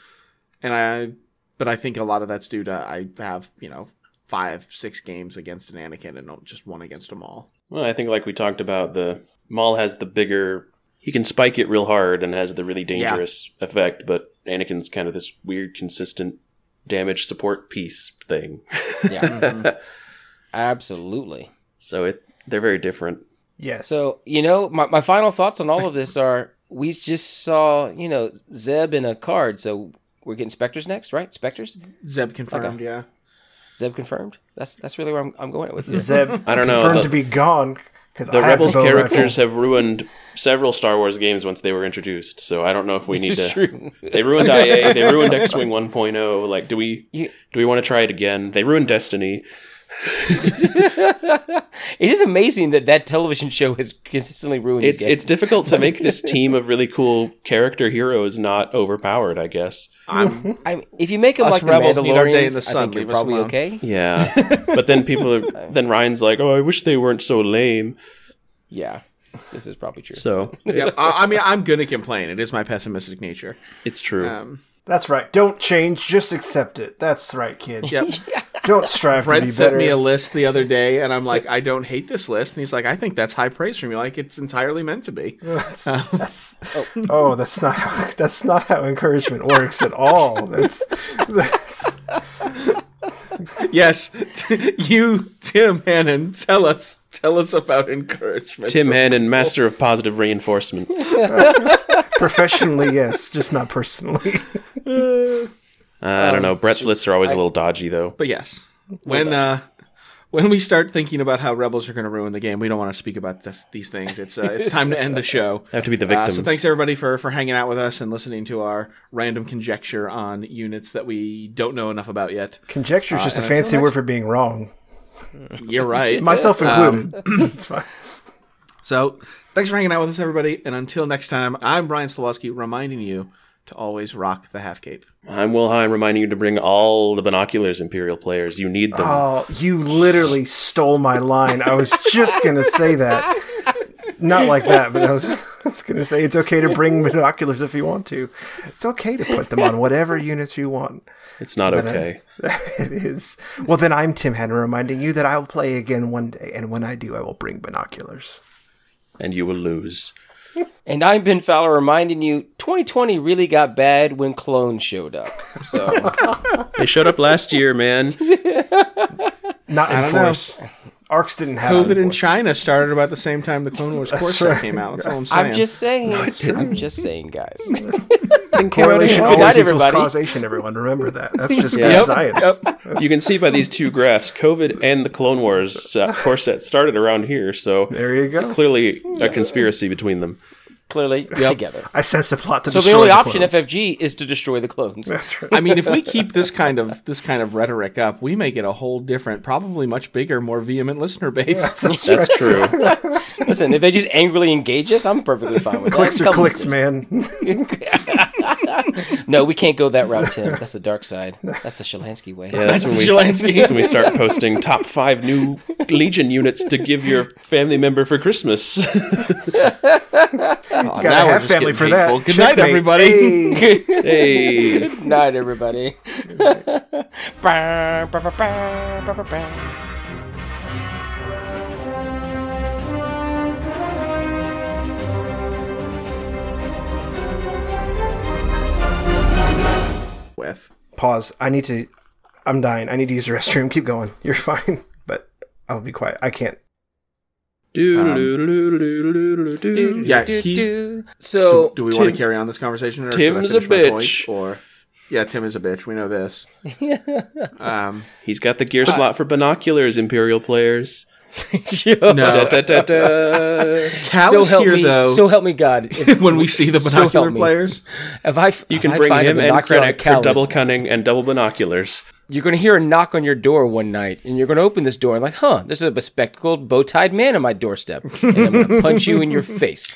and i but i think a lot of that's due to i have you know five six games against an anakin and not just one against a maul Well, I think like we talked about, the Maul has the bigger. He can spike it real hard and has the really Yeah. dangerous effect, but Anakin's kind of this weird, consistent damage support piece thing. yeah, absolutely. So it they're very different. Yes. So, you know, my, my final thoughts on all of this are we just saw, you know, Zeb in a card, so we're getting Spectres next, right? Spectres. Zeb confirmed, yeah. Zeb confirmed. That's that's really where I'm, I'm going with this. Zeb I don't know, confirmed the- to be gone because The I Rebels have the bow rifle. characters have ruined several Star Wars games once they were introduced, so I don't know if we need to. They ruined IA. They ruined X Wing 1.0. oh, Like, do we You- do we want to try it again? They ruined Destiny. It is amazing that that television show has consistently ruined. It's It's, it's difficult to make this team of really cool character heroes not overpowered. I guess. I'm, I, if you make them Us like the rebels need our Mandalorians, day in the I sun. think you're Leave us probably alone. okay. Yeah, but then people are then Ryan's like, oh, I wish they weren't so lame. Yeah, this is probably true. So yeah, I, I mean, I'm gonna complain. It is my pessimistic nature. it's true. Um, That's right. Don't change. Just accept it. That's right, kids. Don't strive to Brent be sent better. me a list the other day, and I'm like, I don't hate this list. And he's like, I think that's high praise from you. Like, it's entirely meant to be. that's, that's, oh. that's not how that's not how encouragement works at all. That's, that's, yes, t- you, Tim Hannon, tell us, tell us about encouragement. Tim Hannon, master of positive reinforcement. professionally, yes, just not personally. Uh, I don't know. Brett's lists are always a little dodgy, though. But yes, when uh, when we start thinking about how rebels are going to ruin the game, we don't want to speak about this, these things. It's uh, it's time to end the show. Have to be the Uh, victims. so thanks everybody for for hanging out with us and listening to our random conjecture on units that we don't know enough about yet. Conjecture is just a fancy word for being wrong, You're right. myself included. it's fine. so thanks for hanging out with us, everybody. And until next time, I'm Brian Slawski, reminding you to always rock the half cape. I'm Will Hine, reminding you to bring all the binoculars, Imperial players. You need them. Oh, you literally stole my line. I was just gonna say that. Not like that, but I was, I was gonna say it's okay to bring binoculars if you want to. It's okay to put them on whatever units you want. it's not okay. it is. Well, then I'm Tim Henry reminding you that I will play again one day, and when I do, I will bring binoculars. And you will lose. And I'm Ben Fowler reminding you, 2020 really got bad when clones showed up. So They showed up last year, man. Not in don't force. Arcs didn't have COVID in force. China started about the same time the Clone Wars course set came out. That's all I'm saying. I'm just saying, I'm just saying, guys. Correlation Good always night, equals everybody. causation. Everyone, remember that. That's just good Yep. science. You can see by these two graphs, COVID and the Clone Wars uh, corset started around here, so There you go. clearly a conspiracy between them. Clearly together. I sense a plot to So the destroy only option clones. FFG is to destroy the clones. That's right. I mean, if we keep this kind of this kind of rhetoric up, we may get a whole different, probably much bigger, more vehement listener base. That's true. Listen, if they just angrily engage us, I'm perfectly fine with Clicks that. are Come on, clicks, man. Steve. No, we can't go that route, Tim. That's the dark side. That's the Shalansky way. Yeah, that's when we, that's when we start posting top five new Legion units to give your family member for Christmas. Now Gotta we're have just family getting for hateful. that. Good night, Checkmate. everybody. Hey. hey. Good night, everybody. Bah, bah, bah, bah, bah, bah, bah. With Pause. I need to. I'm dying. I need to use the restroom. Keep going. You're fine. But I'll be quiet. I can't. Doodle-doodle-doodle-doodle-doodle-doodle. yeah, he, So do we want Tim- to carry on this conversation? Or should Tim's I finish my a point? bitch. or yeah, Tim is a bitch. We know this. um, He's got the gear slot for binoculars, Imperial players. no, Da, da, da, da. Cal so is help here me, though. so help me God. If, when we see the so help binocular me. players, if I if You can I bring find a him and binocular on Krennic for Callus, double cunning and double binoculars. you're going to hear a knock on your door one night, and you're going to open this door and like, huh, there's a bespectacled, bow-tied man on my doorstep, and I'm going to punch you in your face.